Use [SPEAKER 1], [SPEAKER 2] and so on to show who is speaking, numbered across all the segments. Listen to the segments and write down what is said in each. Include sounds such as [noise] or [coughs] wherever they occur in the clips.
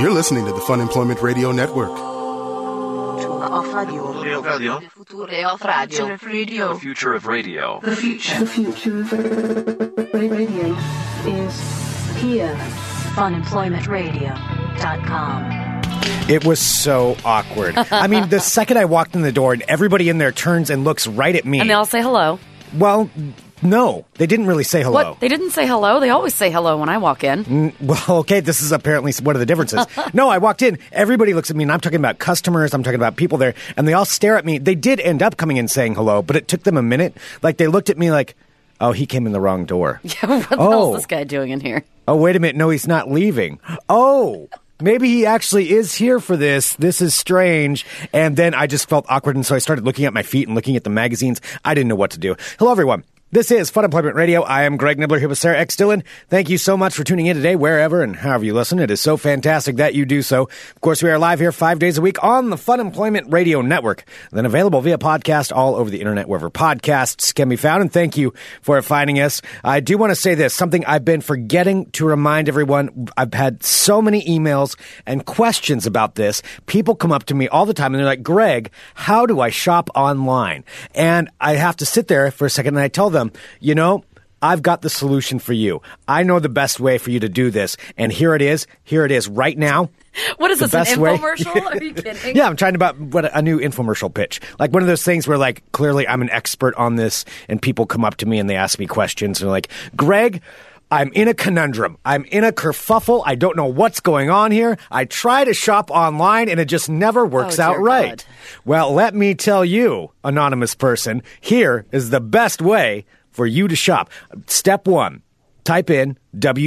[SPEAKER 1] You're listening to the Fun Employment Radio Network.
[SPEAKER 2] Off radio.
[SPEAKER 3] Radio.
[SPEAKER 2] Future off radio.
[SPEAKER 3] The future of radio.
[SPEAKER 4] The future of radio is here.
[SPEAKER 5] Funemploymentradio.com.
[SPEAKER 6] It was so awkward. I mean,
[SPEAKER 5] [laughs]
[SPEAKER 6] the second I walked in the door, and everybody in there turns and looks right at me.
[SPEAKER 5] And they all say hello.
[SPEAKER 6] well, no, they didn't really say hello.
[SPEAKER 5] What? They didn't say hello. They always say hello when I walk in.
[SPEAKER 6] Well, okay, this is apparently one of the differences.
[SPEAKER 5] [laughs]
[SPEAKER 6] no, I walked in, everybody looks at me, and I'm talking about customers, I'm talking about people there, and they all stare at me. They did end up coming and saying hello, but it took them a minute. Like, they looked at me like, oh, he came in the wrong
[SPEAKER 5] [laughs]
[SPEAKER 6] door.
[SPEAKER 5] what the hell
[SPEAKER 6] Oh.
[SPEAKER 5] is this guy doing in here? [laughs]
[SPEAKER 6] Oh, wait a minute. No, he's not leaving. Oh, maybe he actually is here for this. This is strange. And then I just felt awkward. And so I started looking at my feet and looking at the magazines. I didn't know what to do. Hello, everyone. This is Fun Employment Radio. I am Greg Nibbler here with Sarah X. Dillon. Thank you so much for tuning in today, wherever and however you listen. It is so fantastic that you do so. Of course, we are live here five days a week on the Fun Employment Radio Network, then available via podcast all over the internet, wherever podcasts can be found. And thank you for finding us. I do want to say this something I've been forgetting to remind everyone. I've had so many emails and questions about this. People come up to me all the time and they're like, Greg, how do I shop online? And I have to sit there for a second and I tell them, you know, I've got the solution for you. I know the best way for you to do this. And here it is. Here it is right now.
[SPEAKER 5] What is
[SPEAKER 6] The
[SPEAKER 5] this, an
[SPEAKER 6] best way-
[SPEAKER 5] infomercial? Are
[SPEAKER 6] [laughs]
[SPEAKER 5] you kidding?
[SPEAKER 6] Yeah, I'm trying to about what a new infomercial pitch, like one of those things where like clearly I'm an expert on this, and people come up to me and they ask me questions and they're like, Greg. I'm in a conundrum. I'm in a kerfuffle. I don't know what's going on here. I try to shop online and it just never works
[SPEAKER 5] Oh,
[SPEAKER 6] out
[SPEAKER 5] dear
[SPEAKER 6] right.
[SPEAKER 5] God.
[SPEAKER 6] Well, let me tell you, anonymous person, here is the best way for you to shop. Step one type in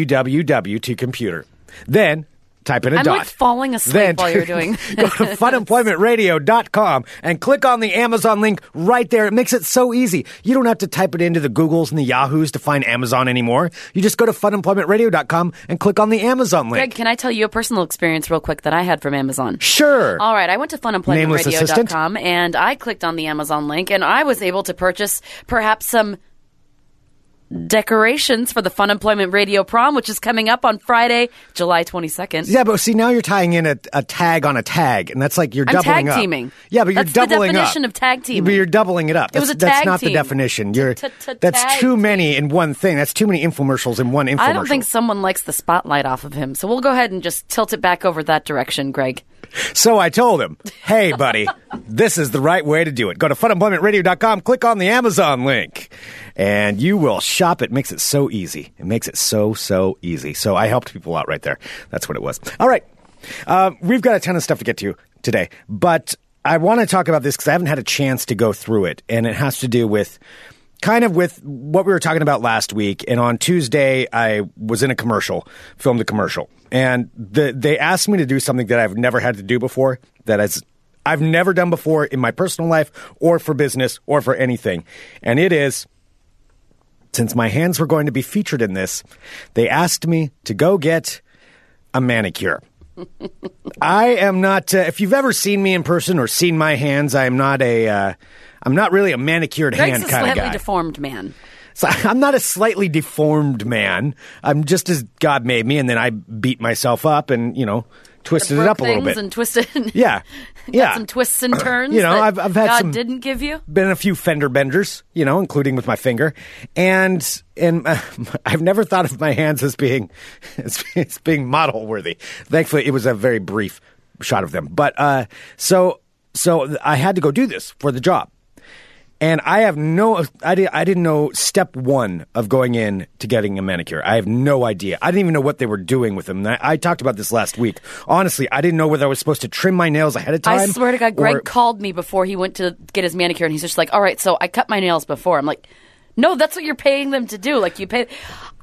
[SPEAKER 6] www to computer. Then type in a
[SPEAKER 5] I'm,
[SPEAKER 6] dot.
[SPEAKER 5] like, falling asleep
[SPEAKER 6] Then
[SPEAKER 5] while
[SPEAKER 6] [laughs]
[SPEAKER 5] you're doing [laughs]
[SPEAKER 6] go to funemploymentradio.com and click on the Amazon link right there. It makes it so easy. You don't have to type it into the Googles and the Yahoos to find Amazon anymore. You just go to funemploymentradio.com and click on the Amazon link.
[SPEAKER 5] Greg, can I tell you a personal experience real quick that I had from Amazon?
[SPEAKER 6] Sure.
[SPEAKER 5] All right, I went to
[SPEAKER 6] Nameless
[SPEAKER 5] funemploymentradio.com and I clicked on the Amazon link and I was able to purchase perhaps some decorations for the Fun Employment Radio prom, which is coming up on Friday, July 22nd.
[SPEAKER 6] Yeah, but see, now you're tying in a, a tag on a tag, and that's like you're
[SPEAKER 5] I'm
[SPEAKER 6] doubling
[SPEAKER 5] tag
[SPEAKER 6] up.
[SPEAKER 5] teaming.
[SPEAKER 6] Yeah, but you're
[SPEAKER 5] That's the
[SPEAKER 6] doubling
[SPEAKER 5] definition
[SPEAKER 6] up.
[SPEAKER 5] of tag teaming.
[SPEAKER 6] But you're doubling it up.
[SPEAKER 5] It was
[SPEAKER 6] That's-
[SPEAKER 5] a
[SPEAKER 6] That's
[SPEAKER 5] tag
[SPEAKER 6] not the
[SPEAKER 5] team.
[SPEAKER 6] definition. You're
[SPEAKER 5] T-t-t-tag
[SPEAKER 6] that's too many in one thing. That's too many infomercials in one infomercial.
[SPEAKER 5] I don't think someone likes the spotlight off of him, so we'll go ahead and just tilt it back over that direction, Greg.
[SPEAKER 6] So I told him, hey, buddy, this is the right way to do it. Go to funemploymentradio.com, click on the Amazon link, and you will shop. It makes it so easy. It makes it so, so easy. So I helped people out right there. That's what it was. All right. Uh, we've got a ton of stuff to get to today, but I want to talk about this because I haven't had a chance to go through it, and it has to do with kind of with what we were talking about last week. And on Tuesday, I was in a commercial, filmed a commercial, and the, they asked me to do something that I've never had to do before. That is, I've never done before in my personal life, or for business, or for anything. And it is since my hands were going to be featured in this, they asked me to go get a manicure. [laughs] I am not. Uh, if you've ever seen me in person or seen my hands, I am not a. Uh, I'm not really a manicured
[SPEAKER 5] Greg's
[SPEAKER 6] hand
[SPEAKER 5] a
[SPEAKER 6] kind of
[SPEAKER 5] slightly
[SPEAKER 6] guy.
[SPEAKER 5] deformed man.
[SPEAKER 6] So [laughs] I'm not a slightly deformed man. I'm just as God made me, and then I beat myself up and you know twisted it
[SPEAKER 5] Broke
[SPEAKER 6] up a little
[SPEAKER 5] things
[SPEAKER 6] bit.
[SPEAKER 5] and twisted. [laughs]
[SPEAKER 6] yeah, yeah.
[SPEAKER 5] Some twists and
[SPEAKER 6] [clears throat]
[SPEAKER 5] turns.
[SPEAKER 6] You know,
[SPEAKER 5] that
[SPEAKER 6] I've- I've had
[SPEAKER 5] God
[SPEAKER 6] some-
[SPEAKER 5] didn't give you.
[SPEAKER 6] been a few fender benders, you know, including with my finger, and and [laughs] uh, I've never thought of my hands as being [laughs] as, as being model worthy. Thankfully, it was a very brief shot of them. But uh, so so I had to go do this for the job, and I have no I did I didn't know step one of going in to getting a manicure. I have no idea. I didn't even know what they were doing with them. And I, I talked about this last week. Honestly, I didn't know whether I was supposed to trim my nails ahead of time.
[SPEAKER 5] I swear to God, Greg
[SPEAKER 6] or-
[SPEAKER 5] called me before he went to get his manicure, and he's just like, "All right, so I cut my nails before." I'm like, "No, that's what you're paying them to do. Like you pay."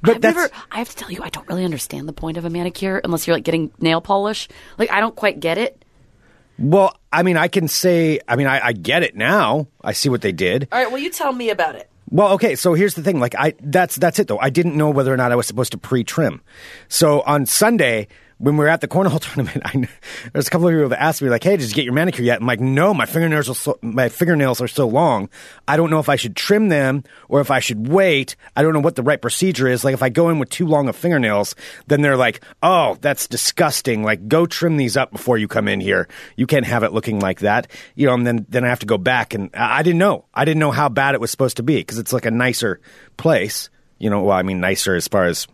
[SPEAKER 6] But
[SPEAKER 5] I've
[SPEAKER 6] that's-
[SPEAKER 5] never, I have to tell you, I don't really understand the point of a manicure unless you're like getting nail polish. Like I don't quite get it.
[SPEAKER 6] Well, I mean, I can say, I mean, I, I get it now. I see what they did.
[SPEAKER 5] All right, well, you tell me about it.
[SPEAKER 6] Well, okay, so here's the thing. Like, I that's that's it though. I didn't know whether or not I was supposed to pre-trim. So on Sunday, when we were at the cornhole [laughs] tournament, I kn- there's a couple of people that asked me like, "Hey, did you get your manicure yet?" I'm like, "No, my fingernails are so, my fingernails are so long. I don't know if I should trim them or if I should wait. I don't know what the right procedure is. Like, if I go in with too long of fingernails, then they're like, "Oh, that's disgusting. Like, go trim these up before you come in here. You can't have it looking like that." You know, and then then I have to go back and I I didn't know. I didn't know how bad it was supposed to be because it's like a nicer place. You know, well, I mean, nicer as far as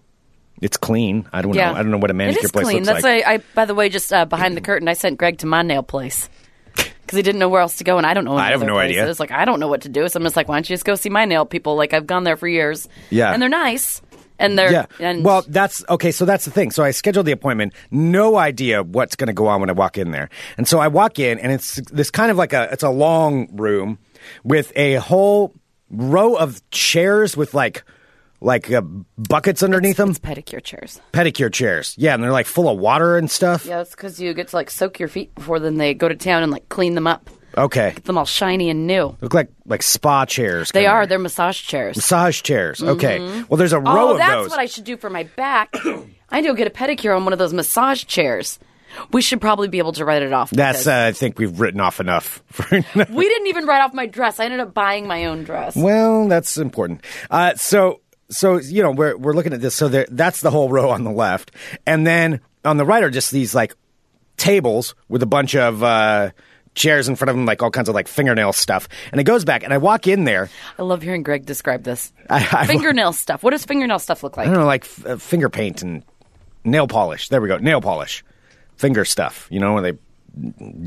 [SPEAKER 6] it's clean. I don't know. I don't know what a manicure
[SPEAKER 5] it is
[SPEAKER 6] place
[SPEAKER 5] clean.
[SPEAKER 6] looks
[SPEAKER 5] That's
[SPEAKER 6] like.
[SPEAKER 5] why I, by the way, just uh, behind the curtain, I sent Greg to my
[SPEAKER 6] [laughs]
[SPEAKER 5] nail place because he didn't know where else to go, and I don't know. any
[SPEAKER 6] I have
[SPEAKER 5] other
[SPEAKER 6] no idea.
[SPEAKER 5] places. Like I don't know what to do, so I'm just like, why don't you just go see my nail people? Like I've gone there for years.
[SPEAKER 6] Yeah.
[SPEAKER 5] and they're nice, and they're
[SPEAKER 6] yeah.
[SPEAKER 5] And
[SPEAKER 6] well, that's okay. So that's the thing. So I scheduled the appointment. No idea what's going to go on when I walk in there. And so I walk in, and it's this kind of like a it's a long room with a whole row of chairs with like like uh, buckets underneath them,
[SPEAKER 5] it's pedicure chairs.
[SPEAKER 6] pedicure chairs. Yeah, and they're like full of water and stuff.
[SPEAKER 5] Yeah, it's because you get to like soak your feet before then they go to town and like clean them up,
[SPEAKER 6] Okay,
[SPEAKER 5] get them all shiny and new.
[SPEAKER 6] look like like spa chairs.
[SPEAKER 5] They
[SPEAKER 6] kinda.
[SPEAKER 5] are. They're massage chairs.
[SPEAKER 6] massage chairs. Okay. Well, there's a row
[SPEAKER 5] Oh,
[SPEAKER 6] of
[SPEAKER 5] that's
[SPEAKER 6] those.
[SPEAKER 5] what I should do for my back. [coughs] I need to go get a pedicure on one of those massage chairs. We should probably be able to write it off.
[SPEAKER 6] that's
[SPEAKER 5] because-
[SPEAKER 6] uh, I think we've written off enough. [laughs] For
[SPEAKER 5] We didn't even write off my dress. I ended up buying my own dress.
[SPEAKER 6] Well, that's important. Uh, so, so you know, we're we're looking at this. So there, that's the whole row on the left, and then on the right are just these like tables with a bunch of uh, chairs in front of them, like all kinds of like fingernail stuff. And it goes back, and I walk in there.
[SPEAKER 5] I love hearing Greg describe this.
[SPEAKER 6] [laughs] I, I,
[SPEAKER 5] Fingernail stuff. What does fingernail stuff look
[SPEAKER 6] I
[SPEAKER 5] like?
[SPEAKER 6] don't know, like f- uh, finger paint and nail polish. There we go, nail polish, finger stuff. You know, where they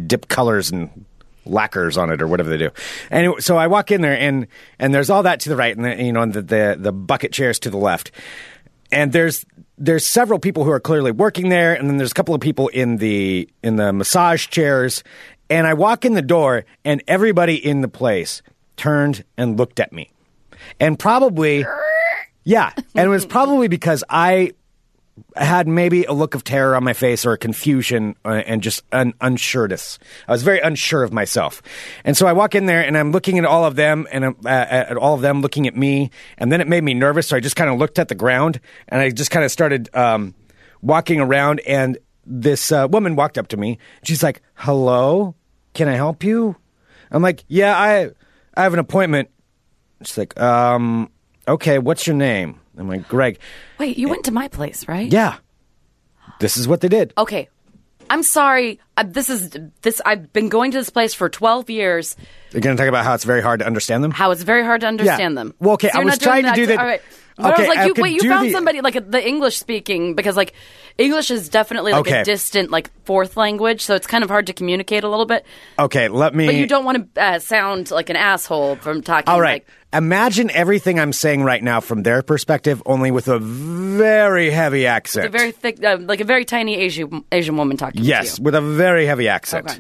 [SPEAKER 6] dip colors and lacquers on it or whatever they do. Anyway, so I walk in there and and there's all that to the right, and the, you know, and the, the the bucket chairs to the left, and there's there's several people who are clearly working there, and then there's a couple of people in the in the massage chairs, and I walk in the door, and everybody in the place turned and looked at me, and probably. Yeah, and it was probably because I had maybe a look of terror on my face or confusion uh, and just an unsureness. I was very unsure of myself. And so I walk in there and I'm looking at all of them and I'm, uh, at all of them looking at me. And then it made me nervous. So I just kind of looked at the ground and I just kind of started um, walking around. And this uh, woman walked up to me. She's like, hello, can I help you? I'm like, yeah, I, I have an appointment. She's like, um, okay, what's your name? I'm like, Greg.
[SPEAKER 5] Wait, you went to my place, right?
[SPEAKER 6] Yeah. This is what they did.
[SPEAKER 5] Okay. I'm sorry. I, this is this. I've been going to this place for 12 years.
[SPEAKER 6] They're going to talk about how it's very hard to understand them.
[SPEAKER 5] How it's very hard to understand them.
[SPEAKER 6] Well, okay,
[SPEAKER 5] So
[SPEAKER 6] I
[SPEAKER 5] you're
[SPEAKER 6] was
[SPEAKER 5] not doing
[SPEAKER 6] trying to do that-
[SPEAKER 5] All right.
[SPEAKER 6] Okay,
[SPEAKER 5] But I was like,
[SPEAKER 6] I
[SPEAKER 5] you,
[SPEAKER 6] could
[SPEAKER 5] wait, you
[SPEAKER 6] do
[SPEAKER 5] found
[SPEAKER 6] the-
[SPEAKER 5] somebody like the English speaking because like English is definitely like
[SPEAKER 6] Okay.
[SPEAKER 5] a distant like fourth language, so it's kind of hard to communicate a little bit.
[SPEAKER 6] Okay, let me.
[SPEAKER 5] But you don't want to uh, sound like an asshole from talking.
[SPEAKER 6] Eh. All right.
[SPEAKER 5] like,
[SPEAKER 6] Imagine everything I'm saying right now from their perspective, only with a very heavy accent.
[SPEAKER 5] a very thick, uh, like a very tiny Asian Asian woman talking.
[SPEAKER 6] yes,
[SPEAKER 5] To
[SPEAKER 6] with a very heavy accent.
[SPEAKER 5] Okay.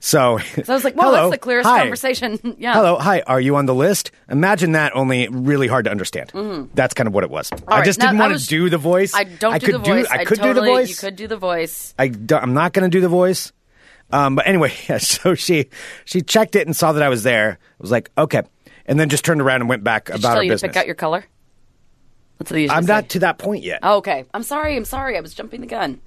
[SPEAKER 6] So,
[SPEAKER 5] you. So I was like, "Wow,
[SPEAKER 6] hello,
[SPEAKER 5] that's the clearest
[SPEAKER 6] hi.
[SPEAKER 5] conversation." [laughs] yeah.
[SPEAKER 6] Hello, hi. Are you on the list? Imagine that, only really hard to understand. That's kind of what it was. I
[SPEAKER 5] Mm-hmm. right,
[SPEAKER 6] just
[SPEAKER 5] now,
[SPEAKER 6] didn't
[SPEAKER 5] I
[SPEAKER 6] want
[SPEAKER 5] was-
[SPEAKER 6] to do the voice.
[SPEAKER 5] I don't do
[SPEAKER 6] could
[SPEAKER 5] the voice.
[SPEAKER 6] Do, I could
[SPEAKER 5] totally,
[SPEAKER 6] do the voice.
[SPEAKER 5] You could do the voice.
[SPEAKER 6] I am not going to do the voice. Um, but anyway, [laughs] yeah, so she she checked it and saw that I was there. Was like, okay, and then just turned around and went back
[SPEAKER 5] Did she
[SPEAKER 6] about
[SPEAKER 5] tell
[SPEAKER 6] her
[SPEAKER 5] you
[SPEAKER 6] business.
[SPEAKER 5] to pick out your color. That's what they usually
[SPEAKER 6] I'm
[SPEAKER 5] say.
[SPEAKER 6] not to that point yet.
[SPEAKER 5] Oh, okay. I'm sorry. I'm sorry. I was jumping the gun.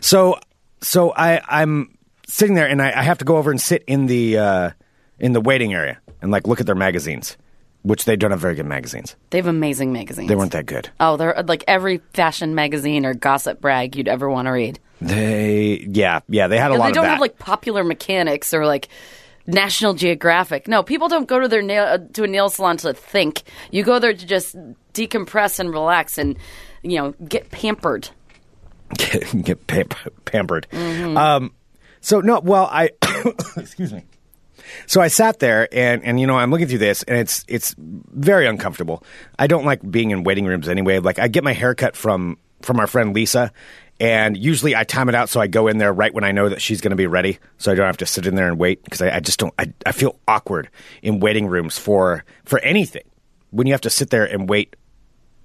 [SPEAKER 6] So so I I'm sitting there and I, I have to go over and sit in the uh, in the waiting area and like look at their magazines, which they don't have very good magazines.
[SPEAKER 5] They have amazing magazines.
[SPEAKER 6] They weren't that good.
[SPEAKER 5] Oh, they're like every fashion magazine or gossip brag you'd ever want to read.
[SPEAKER 6] They yeah yeah they had a
[SPEAKER 5] Because
[SPEAKER 6] lot
[SPEAKER 5] they
[SPEAKER 6] of
[SPEAKER 5] don't
[SPEAKER 6] that.
[SPEAKER 5] have like popular mechanics or like National Geographic. No, people don't go to their nail uh, to a nail salon to think. You go there to just decompress and relax and you know get pampered.
[SPEAKER 6] [laughs] get, get pamp- pampered.
[SPEAKER 5] Mm-hmm.
[SPEAKER 6] Um, so no, well, I [coughs] excuse me. So I sat there and and you know I'm looking through this and it's it's very uncomfortable. I don't like being in waiting rooms anyway. Like I get my haircut from from our friend Lisa. And usually I time it out so I go in there right when I know that she's going to be ready, so I don't have to sit in there and wait because I, I just don't. I, I feel awkward in waiting rooms for for anything when you have to sit there and wait,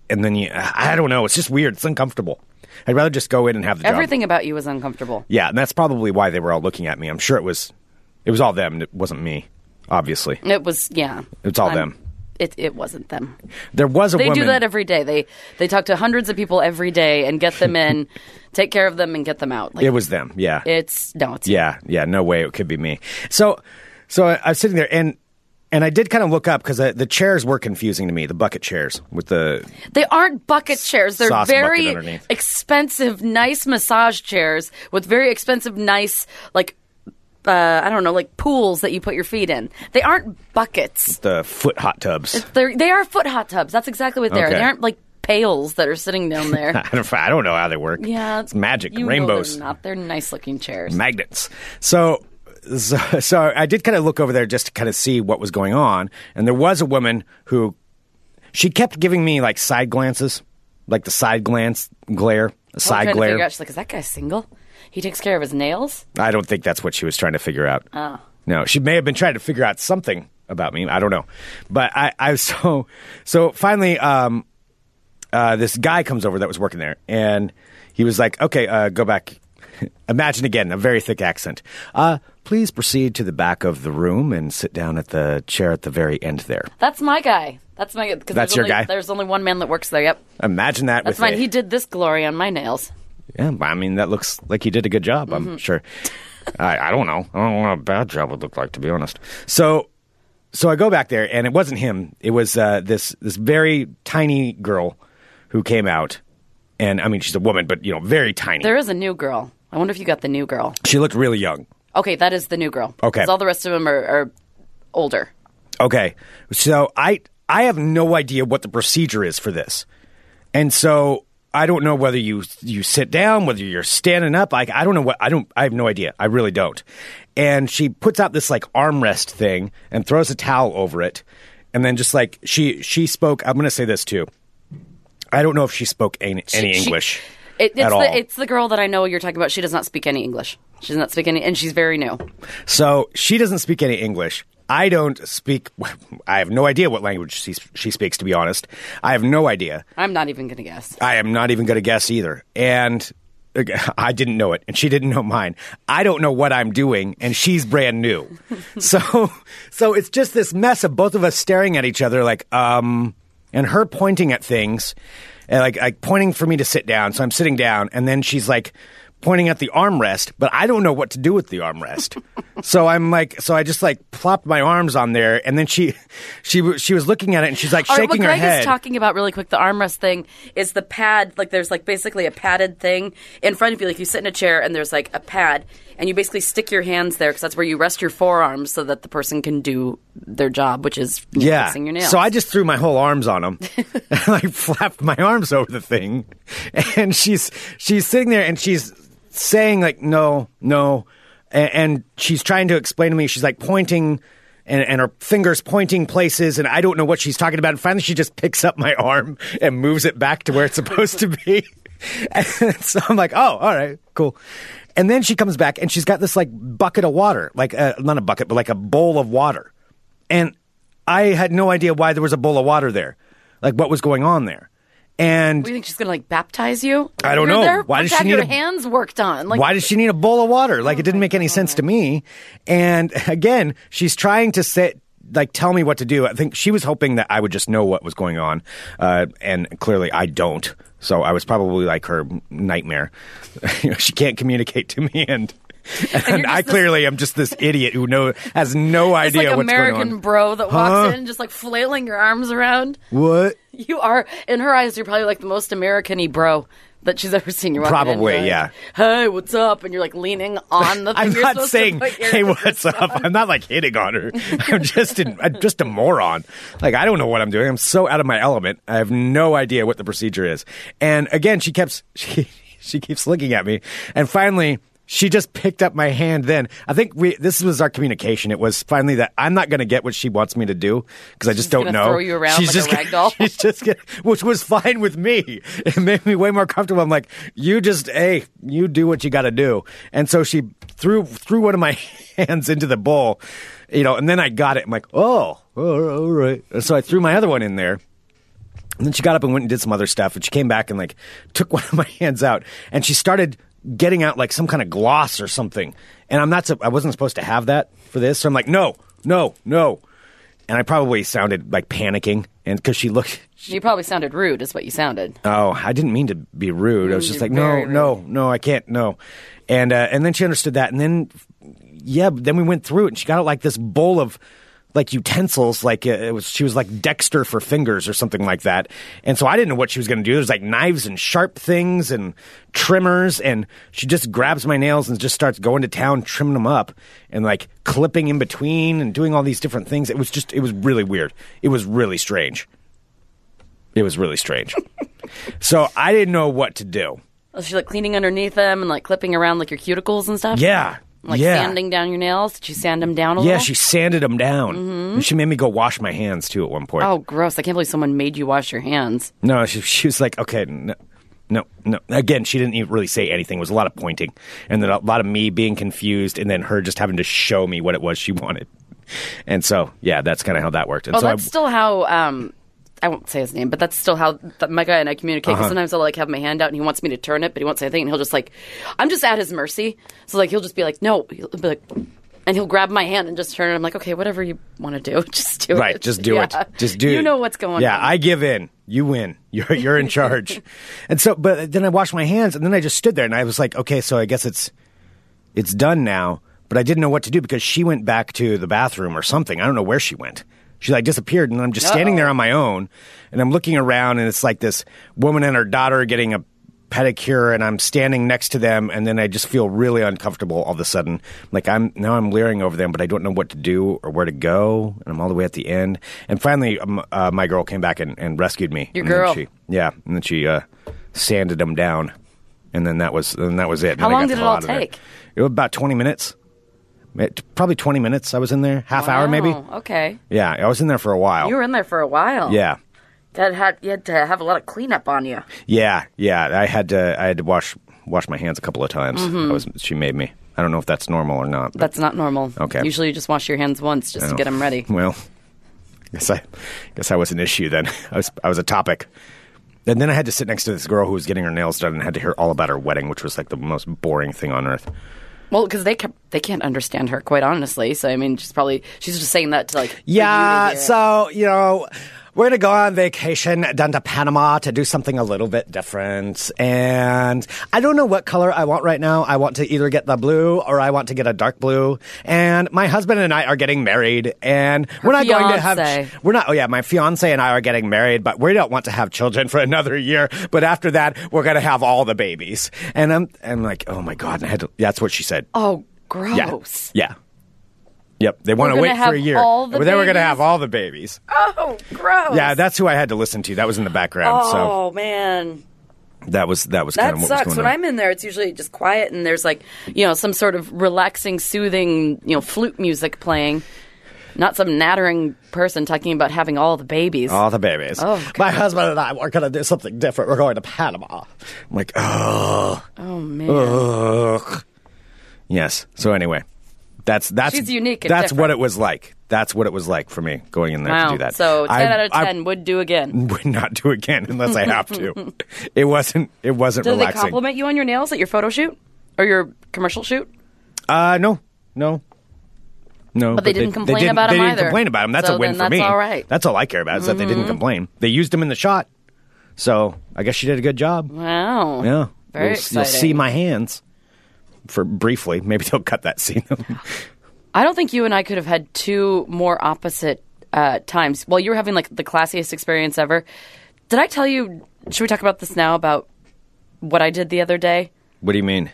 [SPEAKER 6] and then you. I I don't know. It's just weird. It's uncomfortable. I'd rather just go in and have the job.
[SPEAKER 5] Everything about you is uncomfortable.
[SPEAKER 6] Yeah, and that's probably why they were all looking at me. I'm sure it was it was all them. It wasn't me, obviously.
[SPEAKER 5] It was yeah.
[SPEAKER 6] It's all
[SPEAKER 5] I'm-
[SPEAKER 6] them.
[SPEAKER 5] it, it
[SPEAKER 6] [laughs]
[SPEAKER 5] wasn't them.
[SPEAKER 6] There was a
[SPEAKER 5] They
[SPEAKER 6] woman.
[SPEAKER 5] do that every day. They they talk to hundreds of people every day and get
[SPEAKER 6] [laughs]
[SPEAKER 5] them in, take care of them, and get them out. Like
[SPEAKER 6] it was them. Yeah.
[SPEAKER 5] it's no, it's
[SPEAKER 6] Yeah, yeah, no way it could be me. So, so I, I was sitting there and and I did kind of look up because the chairs were confusing to me. The bucket chairs with the
[SPEAKER 5] They aren't bucket chairs. They're
[SPEAKER 6] Sauce bucket
[SPEAKER 5] very
[SPEAKER 6] underneath.
[SPEAKER 5] expensive, nice massage chairs with very expensive, nice like uh, I don't know, like pools that you put your feet in. They aren't buckets.
[SPEAKER 6] the foot hot tubs. [laughs]
[SPEAKER 5] They're they are foot hot tubs. That's exactly what they are.
[SPEAKER 6] Okay.
[SPEAKER 5] They aren't like pails that are sitting
[SPEAKER 6] [laughs]
[SPEAKER 5] down there.
[SPEAKER 6] I don't, I don't know how they work.
[SPEAKER 5] yeah,
[SPEAKER 6] it's magic,
[SPEAKER 5] You know
[SPEAKER 6] rainbows,
[SPEAKER 5] they're not. They're nice looking chairs.
[SPEAKER 6] magnets. So, so, so I did kind of look over there just to kind of see what was going on, and there was a woman who she kept giving me like side glances, like the side glance glare, a
[SPEAKER 5] I'm
[SPEAKER 6] side
[SPEAKER 5] trying To
[SPEAKER 6] glare.
[SPEAKER 5] figure out, she's like, is that guy single? He takes care of his nails.
[SPEAKER 6] I don't think that's what she was trying to figure out.
[SPEAKER 5] Oh.
[SPEAKER 6] No, she may have been trying to figure out something about me. I don't know. But I, I [laughs] so so finally um uh this guy comes over that was working there and he was like, "Okay, uh go back. [laughs] Imagine again, a very thick accent. Uh please proceed to the back of the room and sit down at the chair at the very end there."
[SPEAKER 5] That's my guy. That's my. 'cause
[SPEAKER 6] That's
[SPEAKER 5] there's
[SPEAKER 6] your
[SPEAKER 5] only-
[SPEAKER 6] guy?
[SPEAKER 5] There's only one man that works there. Yep,
[SPEAKER 6] Imagine that
[SPEAKER 5] that's
[SPEAKER 6] with
[SPEAKER 5] mine.
[SPEAKER 6] a-
[SPEAKER 5] He did this glory on my nails.
[SPEAKER 6] Yeah, I mean that looks like he did a good job. I'm sure. I, I don't know. I don't know what a bad job would look like, to be honest. So, so I go back there, and it wasn't him. It was uh, this this very tiny girl who came out, and I mean she's a woman, but you know, very tiny.
[SPEAKER 5] There is a new girl. I wonder if you got the new girl.
[SPEAKER 6] she looked really young.
[SPEAKER 5] Okay, that is the new girl.
[SPEAKER 6] Okay.
[SPEAKER 5] 'Cause all the rest of them are, are older.
[SPEAKER 6] Okay, so I I have no idea what the procedure is for this, and so I don't know whether you you sit down, whether you're standing up. Like I don't know what I don't I have no idea. I really don't. And she puts out this like armrest thing and throws a towel over it, and then just like she she spoke. I'm gonna say this too. I don't know if she spoke any, any
[SPEAKER 5] she-
[SPEAKER 6] English
[SPEAKER 5] It, it's
[SPEAKER 6] at
[SPEAKER 5] the
[SPEAKER 6] all.
[SPEAKER 5] it's the girl that I know you're talking about. She does not speak any English. She does not speak any, and she's very new.
[SPEAKER 6] So she doesn't speak any English. I don't speak. [laughs] I have no idea what language she, she speaks. To be honest, I have no idea.
[SPEAKER 5] I'm not even going to guess.
[SPEAKER 6] I am not even going to guess either. And [laughs] I didn't know it, and she didn't know mine. I don't know what I'm doing, and she's brand new.
[SPEAKER 5] [laughs]
[SPEAKER 6] so, so it's just this mess of both of us staring at each other, like, um, and her pointing at things, and like, like pointing for me to sit down. So I'm sitting down, and then she's like pointing at the armrest, but I don't know what to do with the
[SPEAKER 5] [laughs]
[SPEAKER 6] armrest. so I'm like, so I just like plopped my arms on there, and then she, she, w- she was looking at it, and she's like
[SPEAKER 5] All right,
[SPEAKER 6] shaking
[SPEAKER 5] what
[SPEAKER 6] her
[SPEAKER 5] Greg
[SPEAKER 6] head.
[SPEAKER 5] is talking about really quick, the armrest thing is the pad. Like there's like basically a padded thing in front of you. Like you sit in a chair and there's like a pad, and you basically stick your hands there because that's where you rest your forearms so that the person can do their job, which is you know, fixing your nails.
[SPEAKER 6] So I just threw my whole arms on
[SPEAKER 5] [laughs]
[SPEAKER 6] him. and [laughs] I flapped my arms over the thing, [laughs] and she's she's sitting there and she's saying like no, no, and, and she's trying to explain to me. She's like pointing. And, and her fingers pointing places, and I don't know what she's talking about. And finally, she just picks up my arm and moves it back to where it's supposed to be. [laughs] And so I'm like, oh, all right, cool. And then she comes back, and she's got this like bucket of water, like uh, not a bucket, but like a bowl of water. And I had no idea why there was a bowl of water there, like what was going on there. And
[SPEAKER 5] What do you think she's gonna like baptize you?
[SPEAKER 6] I don't
[SPEAKER 5] You're
[SPEAKER 6] know.
[SPEAKER 5] There,
[SPEAKER 6] Why
[SPEAKER 5] to
[SPEAKER 6] does she
[SPEAKER 5] have
[SPEAKER 6] need
[SPEAKER 5] your
[SPEAKER 6] a-
[SPEAKER 5] hands worked on? Like
[SPEAKER 6] why does she need a bowl of water? Like it didn't make any sense to me. And [laughs] again, she's trying to say, like, tell me what to do. I think she was hoping that I would just know what was going on, uh, and clearly I don't. So I was probably like her nightmare. [laughs] you know, she can't communicate to me, and, and I
[SPEAKER 5] just this-
[SPEAKER 6] clearly am just this idiot who know has no
[SPEAKER 5] It's
[SPEAKER 6] idea
[SPEAKER 5] like
[SPEAKER 6] what's
[SPEAKER 5] American
[SPEAKER 6] going on.
[SPEAKER 5] bro that walks
[SPEAKER 6] Huh?
[SPEAKER 5] in just like flailing your arms around. [laughs]
[SPEAKER 6] What?
[SPEAKER 5] You are in her eyes. You're probably like the most American-y bro that she's ever seen. You're walking in,
[SPEAKER 6] Probably,
[SPEAKER 5] you're like,
[SPEAKER 6] yeah.
[SPEAKER 5] Hey, what's up? And you're
[SPEAKER 6] [laughs]
[SPEAKER 5] like leaning on the. Thing
[SPEAKER 6] I'm
[SPEAKER 5] you're
[SPEAKER 6] not
[SPEAKER 5] supposed
[SPEAKER 6] saying,
[SPEAKER 5] to put your [laughs]
[SPEAKER 6] "Hey,
[SPEAKER 5] fingers
[SPEAKER 6] what's up?" I'm not like hitting on
[SPEAKER 5] [laughs]
[SPEAKER 6] her. I'm just an, I'm just a moron. Like I don't know what I'm doing. I'm so out of my element. I have no idea what the procedure is. And again, she kept [laughs] she she keeps looking at me, and finally. She just picked up my hand then. I think we this was our communication. It was finally that I'm not going to get what she wants me to do because I just don't
[SPEAKER 5] gonna
[SPEAKER 6] know.
[SPEAKER 5] throw you around like a
[SPEAKER 6] just
[SPEAKER 5] rag
[SPEAKER 6] gonna- [laughs]
[SPEAKER 5] doll.
[SPEAKER 6] She's just gonna, which was fine with me. It made me way more comfortable. I'm like, you just, hey, you do what you got to do. And so she threw threw one of my [laughs] hands into the bowl, you know, and then I got it. I'm like, oh, all right. All right. And so I threw my other one in there. And then she got up and went and did some other stuff. And she came back and like took [laughs] one of my hands out and she started getting out like some kind of gloss or something. And I'm not, sup- I wasn't supposed to have that for this. So I'm like, no, no, no. and I probably sounded like panicking, and because she looked,
[SPEAKER 5] You probably sounded rude, is what you sounded.
[SPEAKER 6] oh, I didn't mean to be rude. I was just
[SPEAKER 5] Mm, you're
[SPEAKER 6] like, no,
[SPEAKER 5] very
[SPEAKER 6] no, no, I can't, no, and uh, and then she understood that, and then yeah, but then we went through it, and she got out like this bowl of like utensils, like uh, it was she was like Dexter for fingers or something like that, and so I didn't know what she was going to do. There's like knives and sharp things and trimmers, and she just grabs my nails and just starts going to town trimming them up and like clipping in between and doing all these different things. It was just it was really weird. It was really strange. It was really strange. so I didn't know what to do.
[SPEAKER 5] Was she Oh, like cleaning underneath them and like clipping around like your cuticles and stuff?
[SPEAKER 6] Yeah.
[SPEAKER 5] Like
[SPEAKER 6] yeah.
[SPEAKER 5] sanding down your nails? Did you sand them down a little?
[SPEAKER 6] Yeah, she sanded them down. And She made me go wash my hands too at one point.
[SPEAKER 5] Mm-hmm. Oh, gross. I can't believe someone made you wash your hands.
[SPEAKER 6] No, she, she was like, okay, no, no, no. Again, she didn't even really say anything. It was a lot of pointing and then a lot of me being confused and then her just having to show me what it was she [laughs] wanted. And so, yeah, that's kind of how that worked. And
[SPEAKER 5] Well,
[SPEAKER 6] so I-
[SPEAKER 5] that's still how. Um, I won't say his name, but that's still how th- my guy and I communicate.
[SPEAKER 6] Uh-huh.
[SPEAKER 5] 'cause sometimes I'll like have my hand out and he wants me to turn it, but he won't say anything, and he'll just like, I'm just at his mercy. So like he'll just be like, no, he'll be like, and he'll grab my hand and just turn it. I'm like, okay, whatever you want to do, [laughs] just do it.
[SPEAKER 6] Right, just do it.
[SPEAKER 5] Yeah.
[SPEAKER 6] Just do
[SPEAKER 5] You
[SPEAKER 6] it.
[SPEAKER 5] know what's going
[SPEAKER 6] yeah,
[SPEAKER 5] on.
[SPEAKER 6] I give in. You win. [laughs] You're you're in charge. and so but then I washed my hands and then I just stood there and I was like, okay, so I guess it's it's done now, but I didn't know what to do because she went back to the bathroom or something. I don't know where she went. She like disappeared and I'm just standing there on my own and I'm looking around and it's like this woman and her daughter getting a pedicure and I'm standing next to them and then I just feel really uncomfortable all of a sudden. Like I'm now I'm leering over them but I don't know what to do or where to go and I'm all the way at the end. And finally um, uh, my girl came back and, and rescued me.
[SPEAKER 5] Your
[SPEAKER 6] And then
[SPEAKER 5] girl.
[SPEAKER 6] she- yeah, and then she uh, sanded them down. And then that was and that was it. And
[SPEAKER 5] How
[SPEAKER 6] then I
[SPEAKER 5] long
[SPEAKER 6] got
[SPEAKER 5] did
[SPEAKER 6] the
[SPEAKER 5] it
[SPEAKER 6] hell
[SPEAKER 5] all
[SPEAKER 6] out of there.
[SPEAKER 5] take?
[SPEAKER 6] It was about 20 minutes. It- probably 20 minutes I was in there. Half hour maybe.
[SPEAKER 5] Wow, Oh, Okay,
[SPEAKER 6] Yeah, I was in there for a while.
[SPEAKER 5] you were in there for a while.
[SPEAKER 6] yeah.
[SPEAKER 5] that had you had to have a lot of cleanup on you.
[SPEAKER 6] Yeah, yeah. I had to I had to wash wash my hands a couple of times.
[SPEAKER 5] Mm-hmm.
[SPEAKER 6] I was she made me. I don't know if that's normal or not. but-
[SPEAKER 5] That's not normal.
[SPEAKER 6] Okay.
[SPEAKER 5] Usually you just wash your hands once just to
[SPEAKER 6] Oh.
[SPEAKER 5] get them ready.
[SPEAKER 6] Well, [laughs] guess I guess I was an issue then. [laughs] I was I was a topic. And then I had to sit next to this girl who was getting her nails done and had to hear all about her wedding, which was like the most boring thing on earth.
[SPEAKER 5] Well, because they kept, they can't understand her, quite honestly. So I mean, she's probably she's just saying that to like. for you to
[SPEAKER 6] Yeah,
[SPEAKER 5] hear.
[SPEAKER 6] so, you know, we're going to go on vacation down to Panama to do something a little bit different. And I don't know what color I want right now. I want to either get the blue or I want to get a dark blue. And my husband and I are getting married and we're not going to
[SPEAKER 5] fiancé.
[SPEAKER 6] have we're not oh yeah, my fiance and I are getting married, but we don't want to have children for another year. But after that, we're going to have all the babies. And I'm I'm like, "Oh my god." And I had to, that's what she said. Yeah.
[SPEAKER 5] Oh, gross.
[SPEAKER 6] Yeah. Yep. They want to
[SPEAKER 5] gonna
[SPEAKER 6] wait for
[SPEAKER 5] have
[SPEAKER 6] a year.
[SPEAKER 5] all the
[SPEAKER 6] Well, they were going to
[SPEAKER 5] babies?
[SPEAKER 6] have all the babies.
[SPEAKER 5] Oh, gross.
[SPEAKER 6] Yeah, that's who I had to listen to. That was in the background. So
[SPEAKER 5] Oh man,
[SPEAKER 6] that was that was kind
[SPEAKER 5] that
[SPEAKER 6] of what
[SPEAKER 5] sucks.
[SPEAKER 6] was
[SPEAKER 5] When
[SPEAKER 6] going on.
[SPEAKER 5] I'm in there, it's usually just quiet, and there's like you know some sort of relaxing, soothing you know flute music playing, not some nattering person talking about having all the babies.
[SPEAKER 6] all the babies.
[SPEAKER 5] Oh,
[SPEAKER 6] My husband and I are going to do something different. We're going to Panama. I'm like, oh,
[SPEAKER 5] oh man.
[SPEAKER 6] ugh. Yes. So anyway, that's that's
[SPEAKER 5] She's unique and
[SPEAKER 6] that's what
[SPEAKER 5] different.
[SPEAKER 6] it was like. That's what it was like for me going in there
[SPEAKER 5] Wow.
[SPEAKER 6] to do that.
[SPEAKER 5] So ten
[SPEAKER 6] I-
[SPEAKER 5] out of
[SPEAKER 6] I
[SPEAKER 5] ten would do again.
[SPEAKER 6] [laughs] would not do again unless I have
[SPEAKER 5] [laughs]
[SPEAKER 6] to. it wasn't. It wasn't
[SPEAKER 5] Did they
[SPEAKER 6] relaxing.
[SPEAKER 5] compliment you on your nails at your photo shoot or your commercial shoot?
[SPEAKER 6] Uh, no, no, no.
[SPEAKER 5] But they didn't complain
[SPEAKER 6] didn't-
[SPEAKER 5] about
[SPEAKER 6] they
[SPEAKER 5] 'em
[SPEAKER 6] didn't
[SPEAKER 5] either.
[SPEAKER 6] complain about 'em. That's
[SPEAKER 5] So
[SPEAKER 6] a win
[SPEAKER 5] then
[SPEAKER 6] for
[SPEAKER 5] that's
[SPEAKER 6] me.
[SPEAKER 5] all right. Mm-hmm.
[SPEAKER 6] That's all I care about is that they didn't complain. They used them in the shot, so I guess she did a good job.
[SPEAKER 5] Wow.
[SPEAKER 6] Yeah,
[SPEAKER 5] Mm-hmm. Very
[SPEAKER 6] you'll, you'll see
[SPEAKER 5] exciting.
[SPEAKER 6] my hands for briefly. Maybe they'll cut that scene. [laughs]
[SPEAKER 5] I don't think you and I could have had two more opposite uh, times. Well, you were having like the classiest experience ever. Did I tell you? Should we talk about this now? About what I did the other day?
[SPEAKER 6] what do you mean?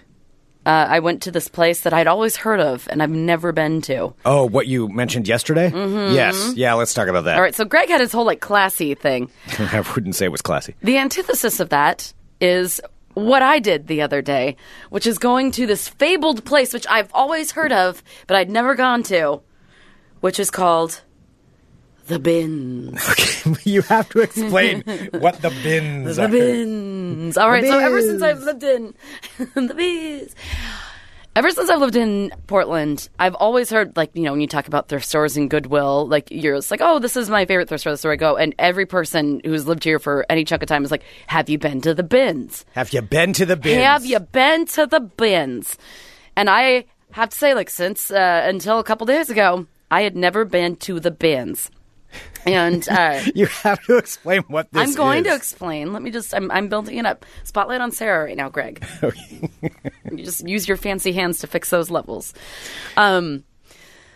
[SPEAKER 5] Uh, I went to this place that I'd always heard of and I've never been to.
[SPEAKER 6] Oh, what you mentioned yesterday? Yes, yeah. Let's talk about that.
[SPEAKER 5] Mm-hmm. All right, so Greg had his whole like classy thing.
[SPEAKER 6] [laughs] I wouldn't say it was classy. [laughs]
[SPEAKER 5] The antithesis of that is what I did the other day, which is going to this fabled place which I've always heard of, but I'd never gone to, which is called the Bins.
[SPEAKER 6] you have to
[SPEAKER 5] [laughs]
[SPEAKER 6] explain what the bins.
[SPEAKER 5] The
[SPEAKER 6] are.
[SPEAKER 5] bins. All right. So ever since I've lived in [laughs] the bees, ever since I've lived in Portland, I've always heard like you know when you talk about thrift stores and Goodwill, like you're it's like oh this is my favorite thrift store, this is where I go, and every person who's lived here for any chunk of time is like, have you been to the bins?
[SPEAKER 6] Have you been to the bins?
[SPEAKER 5] Have you been to the bins? And I have to say, like, since uh, until a couple days ago, I had never been to the bins. And uh,
[SPEAKER 6] You have to explain what this
[SPEAKER 5] I'm going to
[SPEAKER 6] is.
[SPEAKER 5] explain. Let me just. I'm, I'm building it up. Spotlight on Sarah right now, Greg.
[SPEAKER 6] [laughs]
[SPEAKER 5] [laughs] you just use your fancy hands to fix those levels. Um,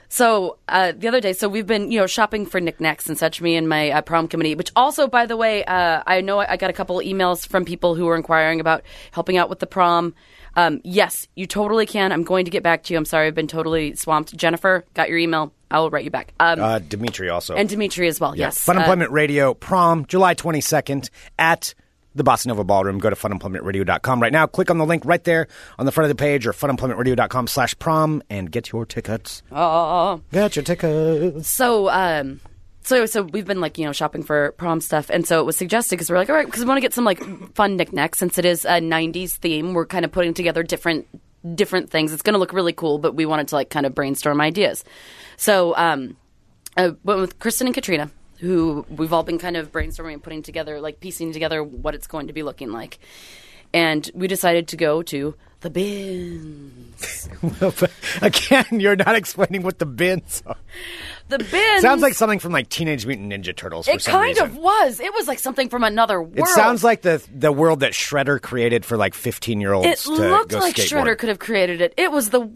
[SPEAKER 5] so uh, the other day, so we've been you know shopping for knickknacks and such. Me and my uh, prom committee, which also, by the way, uh, I know I, I got a couple emails from people who were inquiring about helping out with the prom. Um, yes, you totally can. I'm going to get back to you. I'm sorry, I've been totally swamped. Jennifer, got your email. I'll write you back. Um,
[SPEAKER 6] Uh, Dimitri also.
[SPEAKER 5] and Dimitri as well.
[SPEAKER 6] Yeah.
[SPEAKER 5] Yes,
[SPEAKER 6] Fun
[SPEAKER 5] Uh,
[SPEAKER 6] Employment Radio prom, July 22nd at the Bossa Nova Ballroom. Go to funemploymentradio.com right now. Click on the link right there on the front of the page or funemploymentradio.com slash prom and get your tickets.
[SPEAKER 5] oh.
[SPEAKER 6] Get your tickets. [laughs]
[SPEAKER 5] so um so so we've been like you know shopping for prom stuff and so it was suggested because we're like all right because we want to get some like fun knickknacks since it is a 90s theme we're kind of putting together different different things it's going to look really cool but we wanted to like kind of brainstorm ideas so um I went with Kristen and Katrina, who we've all been kind of brainstorming and putting together, like piecing together what it's going to be looking like. And we decided to go to the bins.
[SPEAKER 6] Again, you're not explaining what the bins are.
[SPEAKER 5] The bins.
[SPEAKER 6] Sounds like something from like Teenage Mutant Ninja Turtles for
[SPEAKER 5] it
[SPEAKER 6] some
[SPEAKER 5] kind
[SPEAKER 6] reason.
[SPEAKER 5] of was. It was like something from another world.
[SPEAKER 6] It sounds like the the world that Shredder created for like 15 year olds.
[SPEAKER 5] It
[SPEAKER 6] to
[SPEAKER 5] looked
[SPEAKER 6] go
[SPEAKER 5] like
[SPEAKER 6] skateboard.
[SPEAKER 5] Shredder could have created it. It was the.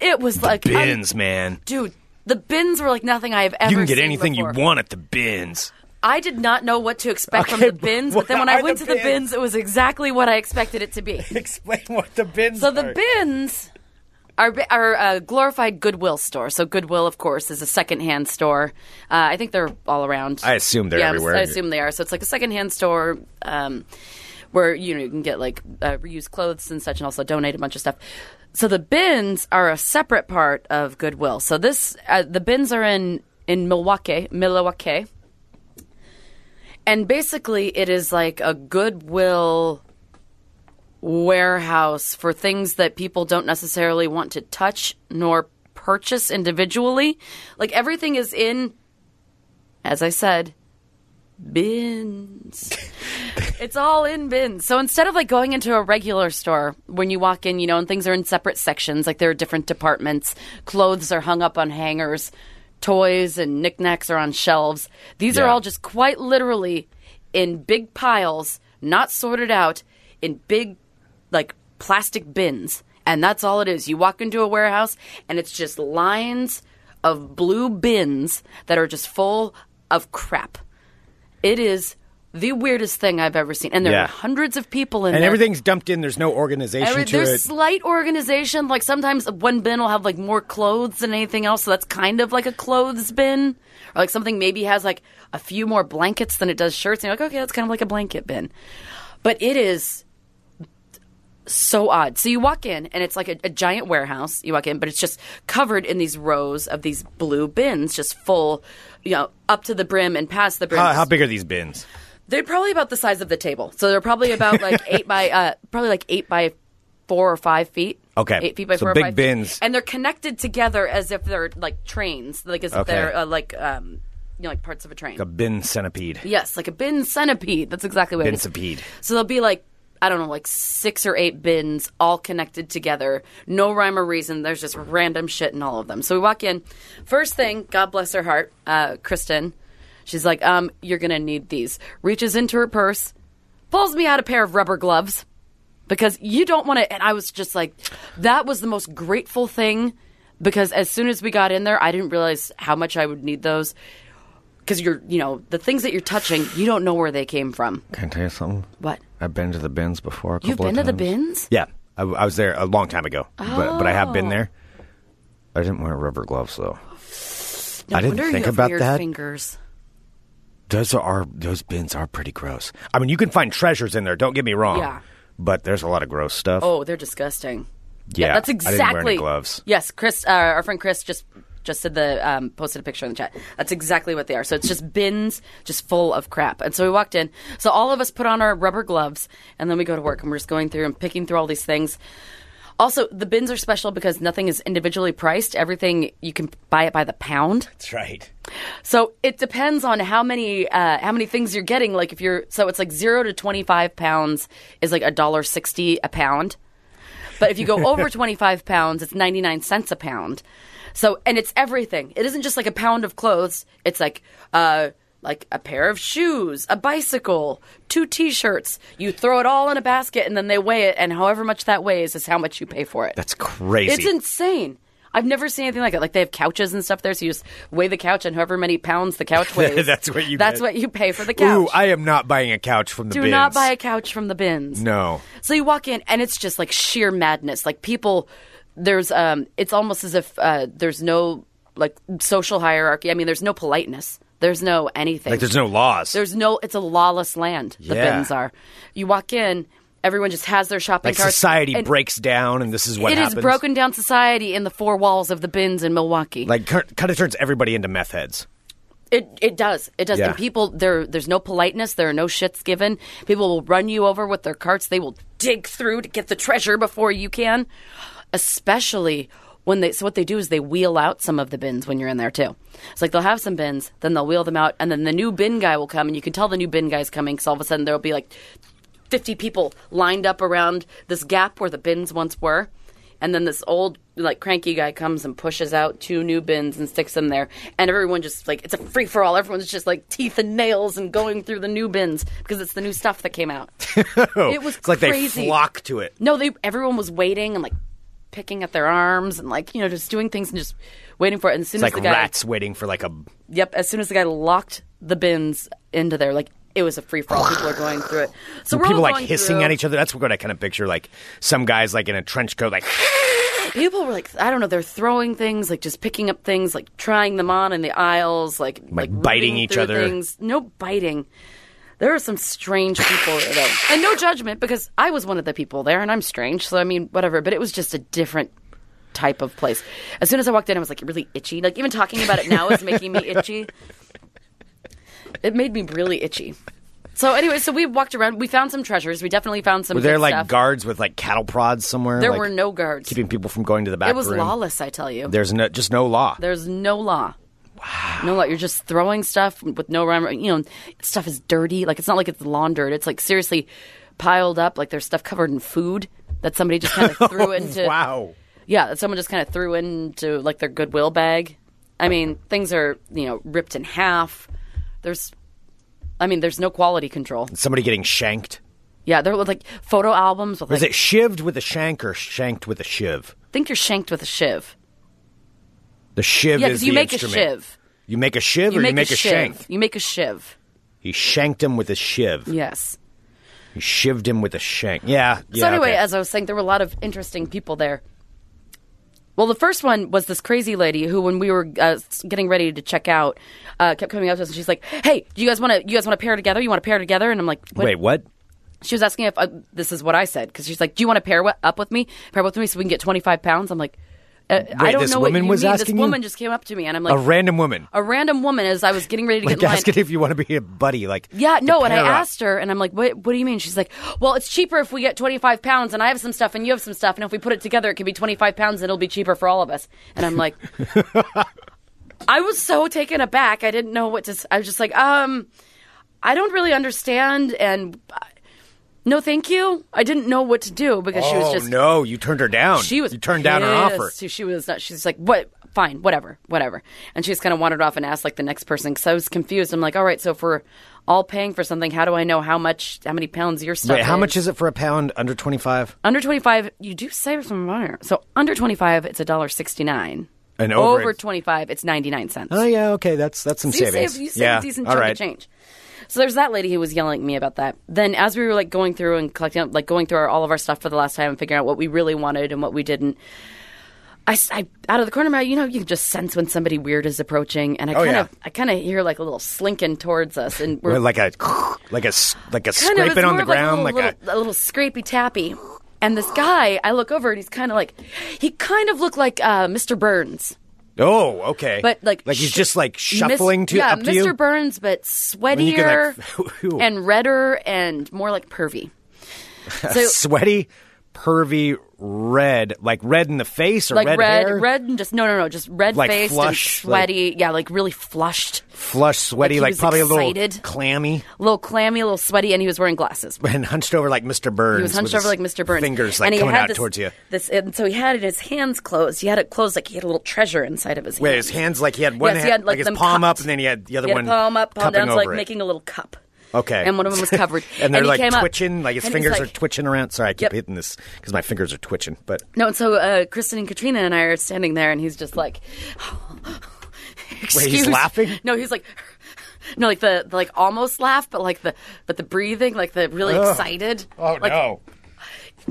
[SPEAKER 5] It was like un-
[SPEAKER 6] Bins, man.
[SPEAKER 5] dude. The bins were like nothing I have ever.
[SPEAKER 6] You can get
[SPEAKER 5] seen
[SPEAKER 6] anything
[SPEAKER 5] before.
[SPEAKER 6] you want at the bins.
[SPEAKER 5] I did not know what to expect from
[SPEAKER 6] Okay,
[SPEAKER 5] the
[SPEAKER 6] [laughs]
[SPEAKER 5] bins,
[SPEAKER 6] what
[SPEAKER 5] but then when I
[SPEAKER 6] are
[SPEAKER 5] went
[SPEAKER 6] the
[SPEAKER 5] to the
[SPEAKER 6] bins?
[SPEAKER 5] bins, it was exactly what I expected it
[SPEAKER 6] [laughs]
[SPEAKER 5] to be.
[SPEAKER 6] Explain what the bins
[SPEAKER 5] So the bins are bi- are a glorified Goodwill store. So Goodwill, of course, is a secondhand store. Uh, I think they're all around.
[SPEAKER 6] I assume they're
[SPEAKER 5] yeah,
[SPEAKER 6] everywhere.
[SPEAKER 5] I assume they are. So it's like a secondhand store. Um, where you know you can get like uh, reused clothes and such, and also donate a bunch of stuff. So the bins are a separate part of Goodwill. So this uh, the bins are in in Milwaukee, Milwaukee, and basically it is like a Goodwill warehouse for things that people don't necessarily want to touch nor purchase individually. Like everything is in, as I said, bins. it's all in bins. So instead of like going into a regular store when you walk in, you know, and things are in separate sections, like there are different departments, clothes are hung up on hangers, toys and knickknacks are on shelves. These are
[SPEAKER 6] Yeah.
[SPEAKER 5] all just quite literally in big piles, not sorted out, in big like plastic bins. And that's all it is. You walk into a warehouse and it's just lines of blue bins that are just full of crap. It is the weirdest thing I've ever seen. And there
[SPEAKER 6] Yeah.
[SPEAKER 5] are hundreds of people in
[SPEAKER 6] and
[SPEAKER 5] there.
[SPEAKER 6] everything's dumped in. There's no organization
[SPEAKER 5] Every-
[SPEAKER 6] to
[SPEAKER 5] there's
[SPEAKER 6] it.
[SPEAKER 5] slight organization. Like sometimes one bin will have like more clothes than anything else, so that's kind of like a clothes bin, or like something maybe has like a few more blankets than it does shirts. And you're like, okay, that's kind of like a blanket bin, but it is so odd. So you walk in and it's like a, a giant warehouse. You walk in, but it's just covered in these rows of these blue bins, just full, you know, up to the brim and past the brim.
[SPEAKER 6] How, how big are these bins?
[SPEAKER 5] They're probably about the size of the table. So they're probably about
[SPEAKER 6] [laughs]
[SPEAKER 5] like eight by uh, probably like eight by four or five feet.
[SPEAKER 6] Okay.
[SPEAKER 5] Eight feet by
[SPEAKER 6] So
[SPEAKER 5] four
[SPEAKER 6] big
[SPEAKER 5] or five
[SPEAKER 6] bins.
[SPEAKER 5] Feet. And they're connected together as if they're like trains, like as if
[SPEAKER 6] Okay.
[SPEAKER 5] they're uh, like um, you know like parts of a train.
[SPEAKER 6] A bin centipede.
[SPEAKER 5] yes, like a bin centipede. That's exactly what
[SPEAKER 6] Bin
[SPEAKER 5] it is.
[SPEAKER 6] centipede.
[SPEAKER 5] So there'll be like I don't know, like six or eight bins all connected together. No rhyme or reason. There's just random shit in all of them. So we walk in. First thing, God bless her heart, uh, Kristen. She's like, um, you're gonna need these. Reaches into her purse, pulls me out a pair of rubber gloves because you don't want to. And I was just like, that was the most grateful thing because as soon as we got in there, I didn't realize how much I would need those. Because you're, you know, the things that you're touching, you don't know where they came from.
[SPEAKER 6] Can I tell you something?
[SPEAKER 5] What?
[SPEAKER 6] I've been to the bins before. A couple
[SPEAKER 5] You've been to
[SPEAKER 6] of
[SPEAKER 5] the
[SPEAKER 6] times.
[SPEAKER 5] bins?
[SPEAKER 6] Yeah, I, I was there a long time ago, but but I have
[SPEAKER 5] Oh.
[SPEAKER 6] been there. I didn't wear rubber gloves though.
[SPEAKER 5] No
[SPEAKER 6] I didn't
[SPEAKER 5] wonder
[SPEAKER 6] think
[SPEAKER 5] you have
[SPEAKER 6] about
[SPEAKER 5] weird
[SPEAKER 6] that.
[SPEAKER 5] Fingers.
[SPEAKER 6] Those are those bins are pretty gross. I mean, you can find treasures in there. Don't get me wrong.
[SPEAKER 5] Yeah.
[SPEAKER 6] But there's a lot of gross stuff.
[SPEAKER 5] Oh, they're disgusting.
[SPEAKER 6] yeah,
[SPEAKER 5] that's
[SPEAKER 6] I didn't wear
[SPEAKER 5] exactly
[SPEAKER 6] any gloves.
[SPEAKER 5] Yes, Chris, uh, our friend Chris just just did the um, posted a picture in the chat. That's exactly what they are. So it's just bins, just full of crap. And so we walked in. So all of us put on our rubber gloves, and then we go to work, and we're just going through and picking through all these things. Also, the bins are special because nothing is individually priced. Everything you can buy it by the pound.
[SPEAKER 6] That's right.
[SPEAKER 5] So it depends on how many uh, how many things you're getting. Like if you're so it's like zero to twenty five pounds is like a dollar sixty a pound. But if you go over 25 pounds, it's 99 cents a pound. So, and it's everything. It isn't just like a pound of clothes. It's like, uh, like a pair of shoes, a bicycle, two t-shirts. You throw it all in a basket and then they weigh it and however much that weighs is how much you pay for it.
[SPEAKER 6] That's crazy.
[SPEAKER 5] It's insane. I've never seen anything like it. Like they have couches and stuff there, so you just weigh the couch and however many pounds
[SPEAKER 6] [laughs]
[SPEAKER 5] the couch weighs.
[SPEAKER 6] That's what you
[SPEAKER 5] That's
[SPEAKER 6] get.
[SPEAKER 5] what you pay for the couch.
[SPEAKER 6] Ooh, I am not buying a couch from the
[SPEAKER 5] Do
[SPEAKER 6] bins.
[SPEAKER 5] not buy a couch from the bins.
[SPEAKER 6] No.
[SPEAKER 5] So you walk in and it's just like sheer madness. Like people, there's um, it's almost as if uh, there's no like social hierarchy. I mean, there's no politeness. There's no anything.
[SPEAKER 6] Like there's no laws.
[SPEAKER 5] There's no. It's a lawless land. The
[SPEAKER 6] Yeah.
[SPEAKER 5] bins are. You walk in, everyone just has their shopping
[SPEAKER 6] like
[SPEAKER 5] carts.
[SPEAKER 6] society
[SPEAKER 5] and
[SPEAKER 6] breaks down, and this is what
[SPEAKER 5] It is
[SPEAKER 6] happens.
[SPEAKER 5] broken down society in the four walls of the bins in Milwaukee.
[SPEAKER 6] Like kind of turns everybody into meth heads. [laughs]
[SPEAKER 5] It it does. It does.
[SPEAKER 6] Yeah.
[SPEAKER 5] And people there there's no politeness, there are no shits given. People will run you over with their carts. They will dig through to get the treasure before you can. Especially when they so what they do is they wheel out some of the bins when you're in there too. It's like they'll have some bins, then they'll wheel them out, and then the new bin guy will come, and you can tell the new bin guy's coming because all of a sudden there'll be like 50 people lined up around this gap where the bins once were. And then this old, like, cranky guy comes and pushes out two new bins and sticks them there. And everyone just, like, it's a free for all. Everyone's just, like, teeth and nails and going through the new bins because it's the new stuff that
[SPEAKER 6] [laughs]
[SPEAKER 5] came out. it was
[SPEAKER 6] It's like
[SPEAKER 5] crazy.
[SPEAKER 6] they flock to it.
[SPEAKER 5] No, they everyone was waiting and, like, picking at their arms and, like, you know, just doing things and just waiting for it. And as soon
[SPEAKER 6] It's
[SPEAKER 5] as
[SPEAKER 6] like
[SPEAKER 5] the guy.
[SPEAKER 6] rats waiting for like a.
[SPEAKER 5] Yep. As soon as the guy locked the bins into there, like it was a free for all. People are going through it. So we're
[SPEAKER 6] people
[SPEAKER 5] all
[SPEAKER 6] like
[SPEAKER 5] going
[SPEAKER 6] hissing
[SPEAKER 5] through.
[SPEAKER 6] at each other. That's what I kind of picture. Like some guys like in a trench coat,
[SPEAKER 5] [laughs]
[SPEAKER 6] like
[SPEAKER 5] People were like, I don't know, they're throwing things, like just picking up things, like trying them on in the aisles, like like,
[SPEAKER 6] biting
[SPEAKER 5] ripping
[SPEAKER 6] each
[SPEAKER 5] through
[SPEAKER 6] other.
[SPEAKER 5] Things. No biting. There are some strange people there, though, and no judgment because I was one of the people there, and I'm strange, so I mean, whatever. But it was just a different type of place. As soon as I walked in, I was like really itchy. Like even talking about it now is making me itchy. It made me really itchy. So anyway, so we walked around. We found some treasures. We definitely found some.
[SPEAKER 6] were there
[SPEAKER 5] good
[SPEAKER 6] like
[SPEAKER 5] stuff.
[SPEAKER 6] guards with like cattle prods somewhere?
[SPEAKER 5] There
[SPEAKER 6] like,
[SPEAKER 5] were no guards.
[SPEAKER 6] keeping people from going to the back.
[SPEAKER 5] it was
[SPEAKER 6] room?
[SPEAKER 5] lawless, I tell you.
[SPEAKER 6] There's no just no law.
[SPEAKER 5] There's no law. Wow. No law. You're just throwing stuff with no rhyme. or- You know, stuff is dirty. Like it's not like it's laundered. It's like seriously piled up. Like there's stuff covered in food that somebody
[SPEAKER 6] [laughs]
[SPEAKER 5] just kind of threw into.
[SPEAKER 6] wow.
[SPEAKER 5] Yeah, that someone just kind of threw into like their Goodwill bag. I mean, things are you know ripped in half. There's, I mean, there's no quality control.
[SPEAKER 6] Somebody getting shanked.
[SPEAKER 5] Yeah, there were like photo albums with
[SPEAKER 6] Or is
[SPEAKER 5] like
[SPEAKER 6] it shivved with a shank or shanked with a shiv?
[SPEAKER 5] think you're shanked with a shiv.
[SPEAKER 6] The shiv
[SPEAKER 5] Yeah,
[SPEAKER 6] is
[SPEAKER 5] because you
[SPEAKER 6] the
[SPEAKER 5] make
[SPEAKER 6] instrument.
[SPEAKER 5] a shiv.
[SPEAKER 6] You make a shiv or you make a,
[SPEAKER 5] shiv.
[SPEAKER 6] shank.
[SPEAKER 5] You make a shiv.
[SPEAKER 6] He shanked him with a shiv.
[SPEAKER 5] Yes.
[SPEAKER 6] He shivved him with a shank. Yeah. yeah
[SPEAKER 5] So anyway,
[SPEAKER 6] okay.
[SPEAKER 5] as I was saying, there were a lot of interesting people there. Well, the first one was this crazy lady who, when we were uh, s- getting ready to check out, uh, kept coming up to us and she's like, "Hey, do you guys want to? You guys want to pair together? You want to pair together?" And I'm like, what?
[SPEAKER 6] wait, what?
[SPEAKER 5] She was asking if uh, this is what I said because she's like, "Do you want to pair wh- up with me? Pair with me so we can get 25 pounds?" I'm like, uh, "I
[SPEAKER 6] Wait,
[SPEAKER 5] don't
[SPEAKER 6] this
[SPEAKER 5] know what
[SPEAKER 6] woman
[SPEAKER 5] you
[SPEAKER 6] was
[SPEAKER 5] mean."
[SPEAKER 6] asking
[SPEAKER 5] this
[SPEAKER 6] you?
[SPEAKER 5] woman just came up to me and I'm like,
[SPEAKER 6] A random woman.
[SPEAKER 5] a random woman as I was getting ready
[SPEAKER 6] [laughs]
[SPEAKER 5] to
[SPEAKER 6] Like
[SPEAKER 5] get in line.
[SPEAKER 6] asking if you want to be a buddy. Like
[SPEAKER 5] Yeah,
[SPEAKER 6] to
[SPEAKER 5] no, and I
[SPEAKER 6] pair up.
[SPEAKER 5] asked her, and I'm like, what, what do you mean? She's like, well, it's cheaper if we get 25 pounds, and I have some stuff, and you have some stuff, and if we put it together, it can be 25 pounds, and it'll be cheaper for all of us. And
[SPEAKER 6] [laughs]
[SPEAKER 5] I'm like, I was so taken aback. I didn't know what to. s- I was just like, um, I don't really understand, and uh, no, thank you. I didn't know what to do because she was
[SPEAKER 6] Oh,
[SPEAKER 5] just
[SPEAKER 6] no, you turned her down.
[SPEAKER 5] she was
[SPEAKER 6] you turned down her offer.
[SPEAKER 5] pissed. She, she was not. She's like, what? Fine, whatever, whatever. And she just kind of wandered off and asked like the next person because I was confused. I'm like, all right, so if we're all paying for something, how do I know how much, how many pounds your stuff?
[SPEAKER 6] Wait, how much is it for a pound under 25?
[SPEAKER 5] under 25? You do save some money. So under 25, it's a dollar 69.
[SPEAKER 6] And over-
[SPEAKER 5] 25, it's 99 cents.
[SPEAKER 6] Oh yeah, okay, that's that's some
[SPEAKER 5] So you
[SPEAKER 6] savings.
[SPEAKER 5] save, you save
[SPEAKER 6] yeah.
[SPEAKER 5] a decent
[SPEAKER 6] All
[SPEAKER 5] chunk
[SPEAKER 6] right.
[SPEAKER 5] of change. So there's that lady who was yelling at me about that. Then as we were like going through and collecting, like going through our, all of our stuff for the last time and figuring out what we really wanted and what we didn't. I, s- I- out of the corner of my eye, you know, you can just sense when somebody weird is approaching, and I
[SPEAKER 6] Oh,
[SPEAKER 5] kind
[SPEAKER 6] yeah.
[SPEAKER 5] of, I kind of hear like a little slinking towards us, and we're
[SPEAKER 6] Well, Like a like a s- like a
[SPEAKER 5] kind of- it's
[SPEAKER 6] scraping on
[SPEAKER 5] more
[SPEAKER 6] the
[SPEAKER 5] of, like,
[SPEAKER 6] ground,
[SPEAKER 5] a, little,
[SPEAKER 6] like
[SPEAKER 5] little- a little scrapey tappy. And this guy, I look over, and he's kind of like, he kind of looked like uh, Mr. Burns.
[SPEAKER 6] a oh, okay.
[SPEAKER 5] but like
[SPEAKER 6] like he's
[SPEAKER 5] sh-
[SPEAKER 6] just like
[SPEAKER 5] mis-
[SPEAKER 6] shuffling to
[SPEAKER 5] yeah,
[SPEAKER 6] up to you.
[SPEAKER 5] Mr. Burns, but
[SPEAKER 6] you can, [laughs]
[SPEAKER 5] sweatier
[SPEAKER 6] like, ooh. [laughs]
[SPEAKER 5] and redder and more like pervy. So
[SPEAKER 6] Sweaty, pervy red, like red in the face or
[SPEAKER 5] like
[SPEAKER 6] red, hair?
[SPEAKER 5] red and just no, no, no, just red
[SPEAKER 6] Like
[SPEAKER 5] faced
[SPEAKER 6] flush,
[SPEAKER 5] and sweaty. yeah, like really flushed,
[SPEAKER 6] flush, sweaty,
[SPEAKER 5] he
[SPEAKER 6] like,
[SPEAKER 5] was
[SPEAKER 6] probably a little
[SPEAKER 5] excited.
[SPEAKER 6] clammy,
[SPEAKER 5] a little clammy, a little sweaty, and he was wearing glasses.
[SPEAKER 6] and hunched over like Mr. Burns.
[SPEAKER 5] He was hunched
[SPEAKER 6] with
[SPEAKER 5] over like
[SPEAKER 6] his
[SPEAKER 5] Mr. Burns,
[SPEAKER 6] Fingers like
[SPEAKER 5] and he
[SPEAKER 6] coming
[SPEAKER 5] had
[SPEAKER 6] out
[SPEAKER 5] this-
[SPEAKER 6] towards you.
[SPEAKER 5] This, and so he had his hands closed. He had it closed like he had a little treasure inside of his.
[SPEAKER 6] Wait,
[SPEAKER 5] hand.
[SPEAKER 6] his hands like he had one
[SPEAKER 5] Yes, he
[SPEAKER 6] hand,
[SPEAKER 5] had, like,
[SPEAKER 6] his
[SPEAKER 5] them
[SPEAKER 6] palm up,
[SPEAKER 5] cupped.
[SPEAKER 6] and then he had the other
[SPEAKER 5] He had
[SPEAKER 6] one
[SPEAKER 5] palm up, palm
[SPEAKER 6] cupping
[SPEAKER 5] down, so, like
[SPEAKER 6] over it.
[SPEAKER 5] making a little cup.
[SPEAKER 6] Okay.
[SPEAKER 5] And one of them was covered.
[SPEAKER 6] [laughs] and they're
[SPEAKER 5] he
[SPEAKER 6] like
[SPEAKER 5] came up,
[SPEAKER 6] twitching, like his
[SPEAKER 5] and he's
[SPEAKER 6] fingers
[SPEAKER 5] like-
[SPEAKER 6] are twitching around. Sorry, I keep
[SPEAKER 5] Yep.
[SPEAKER 6] hitting this because my fingers are twitching. But
[SPEAKER 5] No, and so uh, Kristen and Katrina and I are standing there, and he's just like, [sighs]
[SPEAKER 6] he's
[SPEAKER 5] Excuse-
[SPEAKER 6] laughing?
[SPEAKER 5] No, he's like, [sighs] no, like the, the like almost laugh, but like the but the breathing, like the really excited. like, it
[SPEAKER 6] Oh,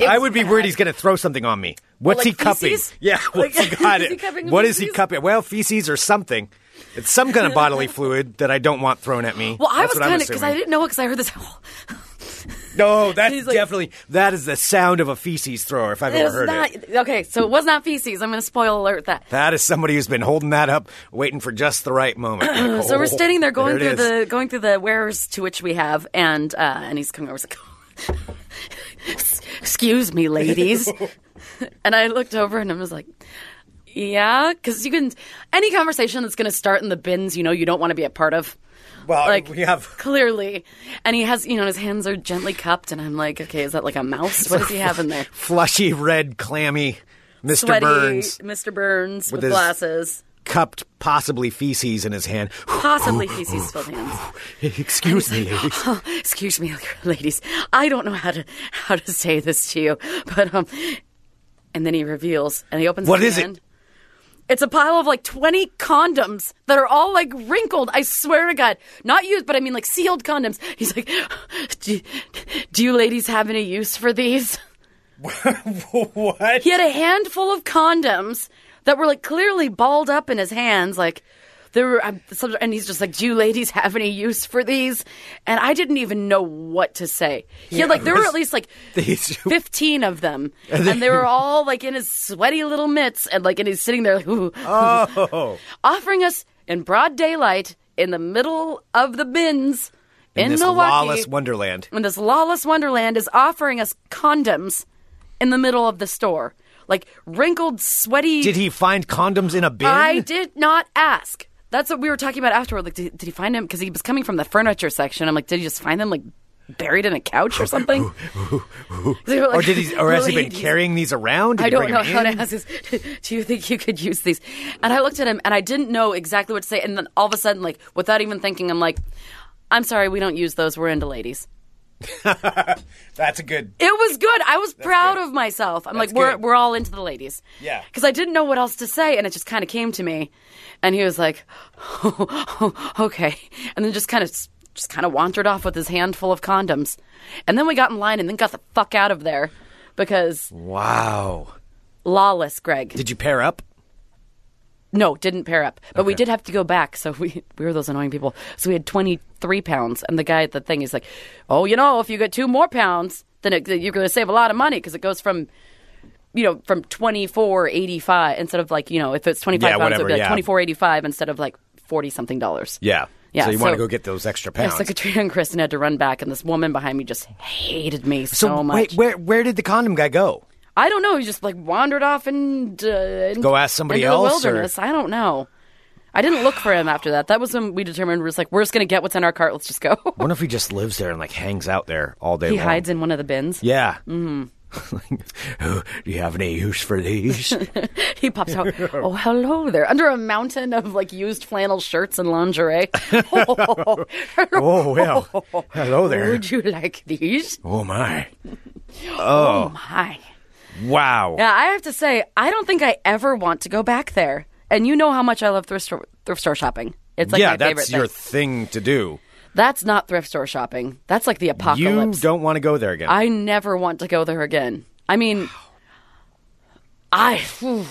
[SPEAKER 6] I
[SPEAKER 5] was
[SPEAKER 6] would be
[SPEAKER 5] bad.
[SPEAKER 6] worried
[SPEAKER 5] [laughs]
[SPEAKER 6] he's going to throw something on me. What's
[SPEAKER 5] like
[SPEAKER 6] he cupping?
[SPEAKER 5] feces?
[SPEAKER 6] [laughs] Yeah, what's
[SPEAKER 5] Like,
[SPEAKER 6] he got?
[SPEAKER 5] [laughs] is he cupping
[SPEAKER 6] what is he
[SPEAKER 5] feces?
[SPEAKER 6] cupping? Well, feces or something. It's some kind of
[SPEAKER 5] [laughs]
[SPEAKER 6] bodily fluid that I don't want thrown at me.
[SPEAKER 5] Well, I
[SPEAKER 6] That's
[SPEAKER 5] was
[SPEAKER 6] what I'm
[SPEAKER 5] kind of because I
[SPEAKER 6] assuming.
[SPEAKER 5] didn't know because I heard this. [laughs]
[SPEAKER 6] No, that's
[SPEAKER 5] He's like-
[SPEAKER 6] definitely that is the sound of a feces thrower if I've
[SPEAKER 5] It
[SPEAKER 6] ever
[SPEAKER 5] was
[SPEAKER 6] heard
[SPEAKER 5] not
[SPEAKER 6] it.
[SPEAKER 5] okay, so it was not feces. I'm going to spoil alert that.
[SPEAKER 6] That is somebody who's been holding that up, waiting for just the right
[SPEAKER 5] [clears throat]
[SPEAKER 6] moment. Like,
[SPEAKER 5] So
[SPEAKER 6] oh,
[SPEAKER 5] we're standing there going
[SPEAKER 6] it
[SPEAKER 5] through
[SPEAKER 6] is.
[SPEAKER 5] the going through the wares to which we have, and uh, and he's coming over. [laughs] He's like, "Excuse
[SPEAKER 6] [laughs]
[SPEAKER 5] me, ladies," and I looked over and I was like. Yeah, because you can any conversation that's going to start in the bins, you know, you don't want to be a part of.
[SPEAKER 6] Well,
[SPEAKER 5] Like
[SPEAKER 6] we have
[SPEAKER 5] clearly, and he has, you know, his hands are gently cupped, and I'm like, okay, is that like a mouse? What does he have
[SPEAKER 6] [laughs]
[SPEAKER 5] in there?
[SPEAKER 6] flushy, red, clammy Mr.
[SPEAKER 5] Sweaty
[SPEAKER 6] Burns
[SPEAKER 5] Mr. Burns with,
[SPEAKER 6] his-
[SPEAKER 5] glasses,
[SPEAKER 6] cupped possibly feces in his hand. [sighs]
[SPEAKER 5] possibly feces-filled hands.
[SPEAKER 6] Excuse me, lady.
[SPEAKER 5] Oh, excuse me [laughs] ladies i don't know how to how to say this to you but um and then he reveals and he opens
[SPEAKER 6] What
[SPEAKER 5] his
[SPEAKER 6] is it?
[SPEAKER 5] hand. it's a pile of like 20 condoms that are all like wrinkled i swear to god not used but i mean like sealed condoms he's like do, do you ladies have any use for these
[SPEAKER 6] what?
[SPEAKER 5] [laughs] he had a handful of condoms that were like clearly balled up in his hands, like there were. I'm, some- and he's just like, "Do you ladies have any use for these?" And I didn't even know what to say. He had like there were at least like
[SPEAKER 6] [laughs] These-
[SPEAKER 5] fifteen of them,
[SPEAKER 6] [laughs]
[SPEAKER 5] and they were all like in his sweaty little mitts, and like and he's sitting there, like, ooh,
[SPEAKER 6] Oh.
[SPEAKER 5] [laughs] offering us in broad daylight in the middle of the bins in,
[SPEAKER 6] this
[SPEAKER 5] Milwaukee
[SPEAKER 6] lawless wonderland.
[SPEAKER 5] when this lawless wonderland is offering us condoms in the middle of the store. Like wrinkled, sweaty.
[SPEAKER 6] Did he find condoms in a bin?
[SPEAKER 5] I did not ask. That's what we were talking about afterward. Like, did, did he find him? Because he was coming from the furniture section. I'm like, did he just find them like buried in a couch
[SPEAKER 6] [laughs]
[SPEAKER 5] or something? They were
[SPEAKER 6] or
[SPEAKER 5] like,
[SPEAKER 6] did he? Or has he been
[SPEAKER 5] "Ladies,
[SPEAKER 6] carrying these around? Did
[SPEAKER 5] I
[SPEAKER 6] he
[SPEAKER 5] don't
[SPEAKER 6] bring
[SPEAKER 5] know
[SPEAKER 6] them
[SPEAKER 5] how to
[SPEAKER 6] in?
[SPEAKER 5] ask this. [laughs] Do you think you could use these? And I looked at him and I didn't know exactly what to say. And then all of a sudden, like without even thinking, I'm like, I'm sorry, we don't use those. We're into ladies.
[SPEAKER 6] That's a good.
[SPEAKER 5] It was good. I was proud of myself. I'm
[SPEAKER 6] That's
[SPEAKER 5] like, we're
[SPEAKER 6] good.
[SPEAKER 5] we're all into the ladies.
[SPEAKER 6] Yeah.
[SPEAKER 5] Because I didn't know what else to say, and it just kind of came to me, and he was like, [laughs] okay, and then just kind of just kind of wandered off with his handful of condoms, and then we got in line, and then got the fuck out of there because
[SPEAKER 6] Wow.
[SPEAKER 5] lawless, Greg.
[SPEAKER 6] Did you pair up?
[SPEAKER 5] no, didn't pair up, but we
[SPEAKER 6] Okay.
[SPEAKER 5] did have to go back. So we [laughs] we were those annoying people. So we had 23 pounds, and the guy at the thing is like, oh, you know, if you get two more pounds, then it, you're going to save a lot of money because it goes from you know, from twenty four eighty five instead of like, you know, if it's twenty five
[SPEAKER 6] Yeah,
[SPEAKER 5] pounds,
[SPEAKER 6] whatever,
[SPEAKER 5] it'd be like
[SPEAKER 6] yeah.
[SPEAKER 5] twenty four eighty five instead of like forty something dollars.
[SPEAKER 6] Yeah.
[SPEAKER 5] Yeah,
[SPEAKER 6] So you want to
[SPEAKER 5] so-
[SPEAKER 6] go get those extra
[SPEAKER 5] Yeah,
[SPEAKER 6] pounds?
[SPEAKER 5] so Katrina and Kristen had to run back, and this woman behind me just hated me so,
[SPEAKER 6] So
[SPEAKER 5] much.
[SPEAKER 6] wait, where where did the condom guy go?
[SPEAKER 5] I don't know. He just like wandered off and uh,
[SPEAKER 6] Go ask somebody
[SPEAKER 5] into
[SPEAKER 6] else,
[SPEAKER 5] The
[SPEAKER 6] or-
[SPEAKER 5] wilderness. I don't know. I didn't look for him after that. That was when we determined we're just like we're just gonna get what's in our cart. Let's just go. [laughs]
[SPEAKER 6] I wonder if he just lives there and like hangs out there all day.
[SPEAKER 5] he
[SPEAKER 6] long.
[SPEAKER 5] hides in one of the bins.
[SPEAKER 6] Yeah. [laughs] Mm-hmm. Do you have any use for these?
[SPEAKER 5] [laughs]
[SPEAKER 6] [laughs]
[SPEAKER 5] He pops out. Oh, hello there! Under a mountain of like used flannel shirts
[SPEAKER 6] [laughs]
[SPEAKER 5] and lingerie.
[SPEAKER 6] oh well. Hello there.
[SPEAKER 5] Would you like these?
[SPEAKER 6] Oh my.
[SPEAKER 5] Hi.
[SPEAKER 6] Wow.
[SPEAKER 5] Yeah, I have to say, I don't think I ever want to go back there. And you know how much I love thrift store, thrift store shopping. It's like
[SPEAKER 6] yeah,
[SPEAKER 5] my favorite
[SPEAKER 6] that's
[SPEAKER 5] thing.
[SPEAKER 6] your thing to do.
[SPEAKER 5] that's not thrift store shopping. That's like the apocalypse.
[SPEAKER 6] You don't want to go there again.
[SPEAKER 5] I never want to go there again. I mean, I whew,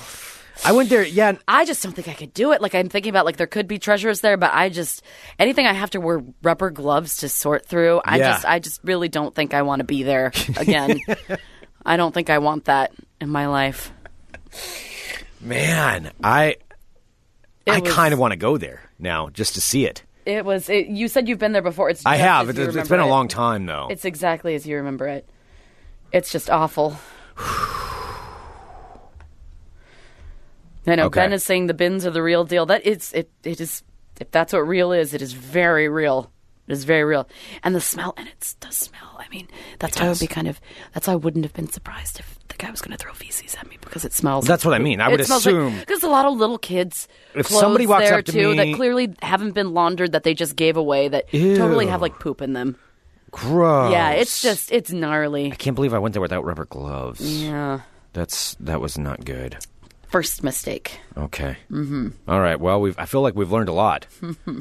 [SPEAKER 6] I went there. Yeah,
[SPEAKER 5] I just don't think I could do it. Like I'm thinking about like there could be treasures there, but I just anything I have to wear rubber gloves to sort through. I
[SPEAKER 6] Yeah.
[SPEAKER 5] just I just really don't think I want to be there
[SPEAKER 6] [laughs]
[SPEAKER 5] again. I don't think I want that in my life.
[SPEAKER 6] man. I I
[SPEAKER 5] was-
[SPEAKER 6] kind of want to go there now just to see it.
[SPEAKER 5] It was it, you said you've been there before. It's
[SPEAKER 6] I
[SPEAKER 5] just
[SPEAKER 6] have.
[SPEAKER 5] as
[SPEAKER 6] It,
[SPEAKER 5] you
[SPEAKER 6] it's
[SPEAKER 5] remember
[SPEAKER 6] been a
[SPEAKER 5] it.
[SPEAKER 6] long time though.
[SPEAKER 5] It's exactly as you remember it. It's just awful. I know
[SPEAKER 6] Okay.
[SPEAKER 5] Ben is saying the bins are the real deal. That it's it it is if that's what real is, it is very real. It is very real, and the smell and it does smell. I mean, that's why I would be kind of that's why I wouldn't have been surprised if the guy was going to throw feces at me because it smells.
[SPEAKER 6] That's what I mean. I would assume-
[SPEAKER 5] because a lot of little kids
[SPEAKER 6] If
[SPEAKER 5] clothes
[SPEAKER 6] somebody walks
[SPEAKER 5] there
[SPEAKER 6] up to
[SPEAKER 5] too
[SPEAKER 6] me-
[SPEAKER 5] that clearly haven't been laundered that they just gave away that totally have like poop in them.
[SPEAKER 6] Gross.
[SPEAKER 5] Yeah, it's just it's gnarly.
[SPEAKER 6] Oh, I can't believe I went there without rubber gloves.
[SPEAKER 5] Yeah,
[SPEAKER 6] That's that was not good.
[SPEAKER 5] first mistake.
[SPEAKER 6] Okay. Mm-hmm. right. Well, we've. I feel like we've learned a
[SPEAKER 5] [laughs]
[SPEAKER 6] lot.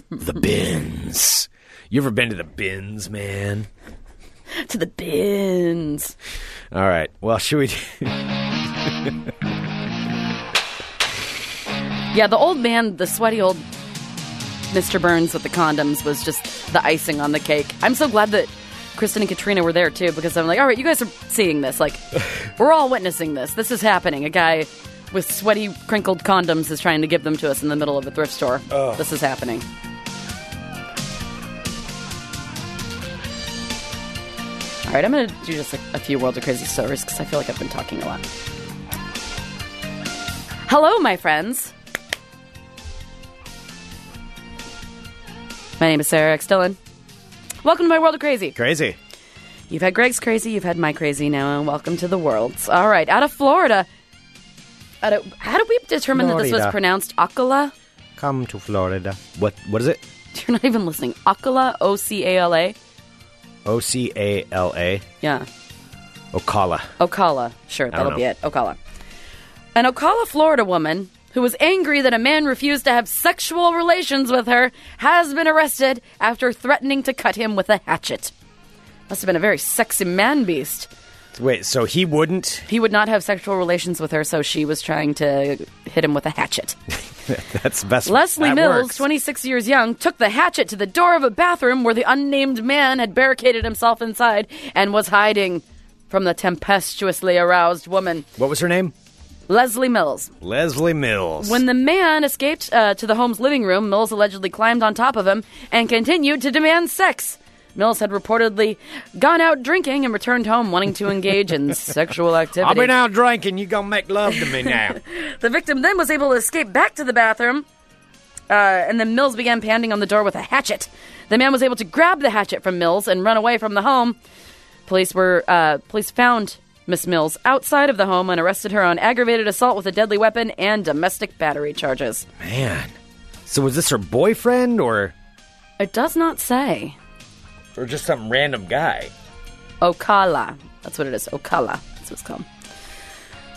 [SPEAKER 6] the bins. You ever been to the bins, man?
[SPEAKER 5] to the bins.
[SPEAKER 6] All right. Well, should we? [laughs] do-
[SPEAKER 5] Yeah, the old man, the sweaty old Mr. Burns with the condoms was just the icing on the cake. I'm so glad that Kristen and Katrina were there too because I'm like, all right, you guys are seeing this. Like, we're all witnessing this. This is happening. A guy with sweaty, crinkled condoms is trying to give them to us in the middle of a thrift store. This is happening. All right, I'm going to do just a, a few World of Crazy Stories because I feel like I've been talking a lot. Hello, my friends. My name is Sarah X. Dillon. Welcome to my world of crazy.
[SPEAKER 6] Crazy.
[SPEAKER 5] You've had Greg's crazy, you've had my crazy now, and welcome to the world. All right, out of Florida. Out of, how do we determine that this was
[SPEAKER 6] Florida.
[SPEAKER 5] pronounced Ocala? [laughs]
[SPEAKER 6] Come to Florida. What? What is it?
[SPEAKER 5] You're not even listening. Ocala, O C A L A?
[SPEAKER 6] O C A L A.
[SPEAKER 5] Yeah.
[SPEAKER 6] Ocala.
[SPEAKER 5] Ocala. Sure, that'll
[SPEAKER 6] know.
[SPEAKER 5] be it. Ocala. An Ocala, Florida woman who was angry that a man refused to have sexual relations with her has been arrested after threatening to cut him with a hatchet. Must have been a very sexy man beast.
[SPEAKER 6] Wait. So he wouldn't.
[SPEAKER 5] He would not have sexual relations with her, so she was trying to hit him with a hatchet.
[SPEAKER 6] That's the best.
[SPEAKER 5] Leslie
[SPEAKER 6] that
[SPEAKER 5] Mills,
[SPEAKER 6] works.
[SPEAKER 5] 26 years young, took the hatchet to the door of a bathroom where the unnamed man had barricaded himself inside and was hiding from the tempestuously aroused woman.
[SPEAKER 6] What was her name?
[SPEAKER 5] Leslie Mills.
[SPEAKER 6] Leslie Mills.
[SPEAKER 5] When the man escaped uh, to the home's living room, Mills allegedly climbed on top of him and continued to demand sex. Mills had reportedly gone out drinking and returned home wanting to engage in sexual activity.
[SPEAKER 6] I've been out drinking. You gonna make love to me
[SPEAKER 5] [laughs]
[SPEAKER 6] now?
[SPEAKER 5] The victim then was able to escape back to the bathroom, uh, and then Mills began pounding on the door with a hatchet. The man was able to grab the hatchet from Mills and run away from the home. Police were uh, police found Miss Mills outside of the home and arrested her on aggravated assault with a deadly weapon and domestic battery charges.
[SPEAKER 6] Man. So was this her boyfriend or
[SPEAKER 5] It does not say
[SPEAKER 6] or just some random guy?
[SPEAKER 5] Ocala. That's what it is. Ocala. That's what it's called.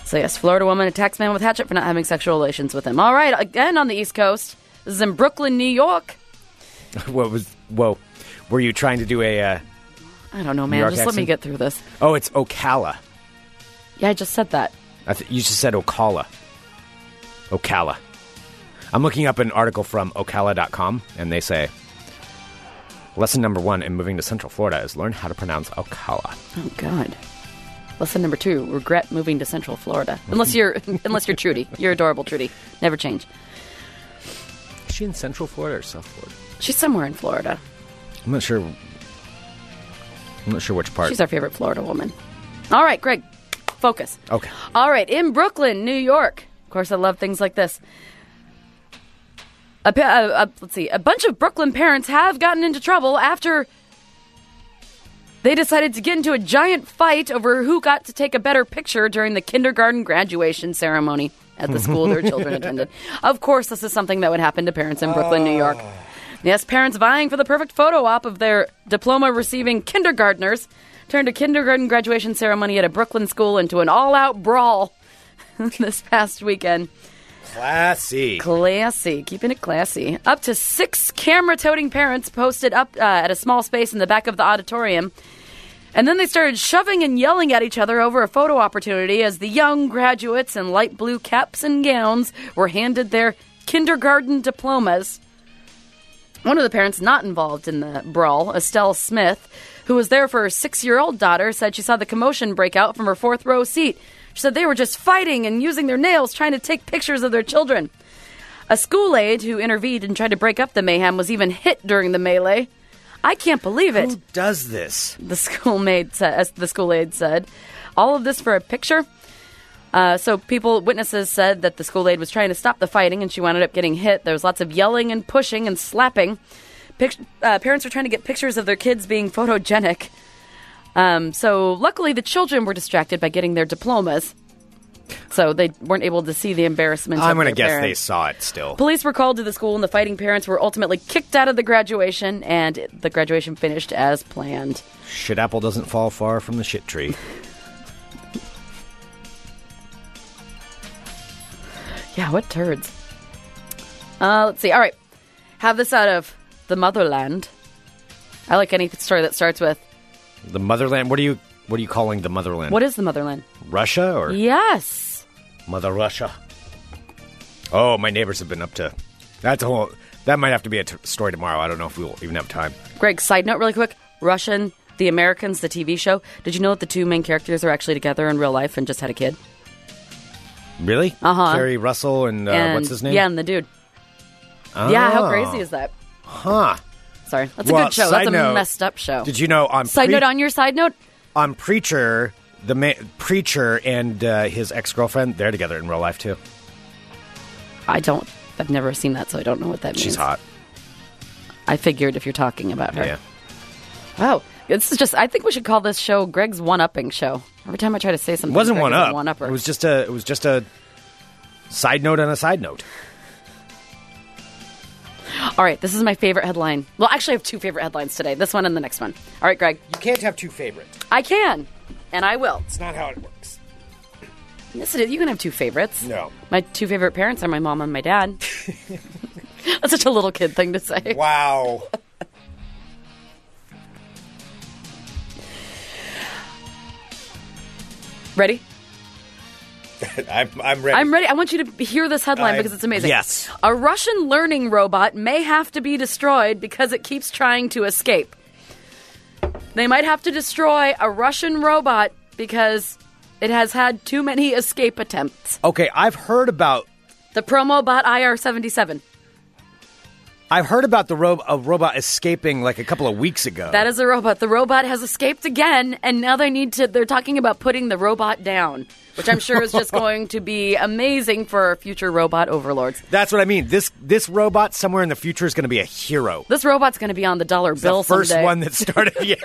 [SPEAKER 5] So yes, Florida woman attacks man with hatchet for not having sexual relations with him. All right, again on the East Coast. This is in Brooklyn, New York.
[SPEAKER 6] [laughs] What was? Whoa. Were you trying to do a? Uh,
[SPEAKER 5] I don't know, man.
[SPEAKER 6] York
[SPEAKER 5] Just let me
[SPEAKER 6] accent?
[SPEAKER 5] get through this.
[SPEAKER 6] oh, it's Ocala.
[SPEAKER 5] Yeah, I just said that.
[SPEAKER 6] I th- you just said Ocala. Ocala. I'm looking up an article from Ocala.com, and they say lesson number one in moving to Central Florida is learn how to pronounce Ocala.
[SPEAKER 5] Oh God. Lesson number two: regret moving to Central Florida. Unless you're, [laughs] unless you're Trudy, you're adorable, Trudy. Never change.
[SPEAKER 6] Is she in Central Florida or South Florida?
[SPEAKER 5] She's somewhere in Florida.
[SPEAKER 6] I'm not sure. I'm not sure which part.
[SPEAKER 5] She's our favorite Florida woman. All right, Greg, focus.
[SPEAKER 6] okay.
[SPEAKER 5] All right, in Brooklyn, New York. Of course, I love things like this. A, pa- uh, uh, let's see. A bunch of Brooklyn parents have gotten into trouble after they decided to get into a giant fight over who got to take a better picture during the kindergarten graduation ceremony at the school their children attended. Of course, this is something that would happen to parents in Brooklyn, New York. Yes, parents vying for the perfect photo op of their diploma receiving kindergartners turned a kindergarten graduation ceremony at a Brooklyn school into an all out brawl [laughs] this past weekend.
[SPEAKER 6] Classy.
[SPEAKER 5] Classy, keeping it classy. Up to six camera toting parents posted up uh, at a small space in the back of the auditorium. And then they started shoving and yelling at each other over a photo opportunity as the young graduates in light blue caps and gowns were handed their kindergarten diplomas. One of the parents not involved in the brawl, Estelle Smith, who was there for her six year old daughter, said she saw the commotion break out from her fourth row seat. She said they were just fighting and using their nails trying to take pictures of their children. A school aide who intervened and tried to break up the mayhem was even hit during the melee. I can't believe it,
[SPEAKER 6] Who does this?
[SPEAKER 5] [laughs] the schoolmaid said, as the school aide said. All of this for a picture? Uh, so people, witnesses said that the school aide was trying to stop the fighting, and she wound up getting hit. There was lots of yelling and pushing and slapping. Pict- uh, parents were trying to get pictures of their kids being photogenic. Um, so luckily, the children were distracted by getting their diplomas, so they weren't able to see the embarrassment.
[SPEAKER 6] I'm
[SPEAKER 5] going to
[SPEAKER 6] guess they saw it still.
[SPEAKER 5] Police were called to the school, and the fighting parents were ultimately kicked out of the graduation, and it- the graduation finished as planned.
[SPEAKER 6] Shit apple doesn't fall far from the shit tree.
[SPEAKER 5] Yeah, what turds. Uh, let's see. All right. Have this out of the motherland. I like any story that starts with,
[SPEAKER 6] The motherland. What are you? What are you calling the motherland?
[SPEAKER 5] what is the motherland?
[SPEAKER 6] Russia or
[SPEAKER 5] Yes.
[SPEAKER 6] Mother Russia? Oh, my neighbors have been up to. That's a whole. That might have to be a t- story tomorrow. I don't know if we'll even have time.
[SPEAKER 5] Greg, side note really quick Russian, The Americans, the TV show. Did you know that the two main characters are actually together in real life and just had a kid?
[SPEAKER 6] Really?
[SPEAKER 5] Uh-huh.
[SPEAKER 6] Carrie Russell and, uh,
[SPEAKER 5] and,
[SPEAKER 6] what's his name? Ah.
[SPEAKER 5] Yeah, and the dude. Yeah, how crazy is that?
[SPEAKER 6] Huh.
[SPEAKER 5] Sorry. That's a
[SPEAKER 6] Well,
[SPEAKER 5] good show.
[SPEAKER 6] side
[SPEAKER 5] That's a
[SPEAKER 6] note,
[SPEAKER 5] messed up show.
[SPEAKER 6] Did you know on
[SPEAKER 5] Side
[SPEAKER 6] pre-
[SPEAKER 5] note on your side note?
[SPEAKER 6] on Um, Preacher the ma- preacher and uh, his ex girlfriend they're together in real life too.
[SPEAKER 5] I don't. I've never seen that, so I don't know what that means.
[SPEAKER 6] She's hot.
[SPEAKER 5] I figured if you're talking about her.
[SPEAKER 6] Yeah.
[SPEAKER 5] Wow. This is just, I think we should call this show Greg's One Upping Show. Every time I try to say
[SPEAKER 6] It
[SPEAKER 5] something,
[SPEAKER 6] wasn't
[SPEAKER 5] Greg
[SPEAKER 6] one
[SPEAKER 5] is a
[SPEAKER 6] up.
[SPEAKER 5] One upper.
[SPEAKER 6] It was just a. It was just a side note on a side note.
[SPEAKER 5] All right, this is my favorite headline. Well, actually, I have two favorite headlines today this one and the next one. All right, Greg,
[SPEAKER 6] You can't have two favorites.
[SPEAKER 5] I can, and I will.
[SPEAKER 6] It's not how it works.
[SPEAKER 5] Yes, it is. You can have two favorites.
[SPEAKER 6] No.
[SPEAKER 5] My two favorite parents are my mom and my dad. [laughs] That's such a little kid thing to say. [laughs]
[SPEAKER 6] Wow.
[SPEAKER 5] Ready?
[SPEAKER 6] I'm, I'm ready.
[SPEAKER 5] I'm ready. I want you to hear this headline
[SPEAKER 6] I-
[SPEAKER 5] because it's amazing.
[SPEAKER 6] yes.
[SPEAKER 5] A Russian learning robot may have to be destroyed because it keeps trying to escape. They might have to destroy a Russian robot because it has had too many escape attempts.
[SPEAKER 6] Okay, I've heard about.
[SPEAKER 5] The promo bot IR77.
[SPEAKER 6] I've heard about the ro- a robot escaping like a couple of weeks ago.
[SPEAKER 5] That is a robot. The robot has escaped again, and now they need to. They're talking about putting the robot down, which I'm sure is
[SPEAKER 6] [laughs]
[SPEAKER 5] just going to be amazing for future robot overlords.
[SPEAKER 6] That's what I mean. This this robot somewhere in the future is going to be a hero.
[SPEAKER 5] This robot's going to be on the dollar
[SPEAKER 6] It's
[SPEAKER 5] bill
[SPEAKER 6] the first
[SPEAKER 5] someday.
[SPEAKER 6] one that started. [laughs]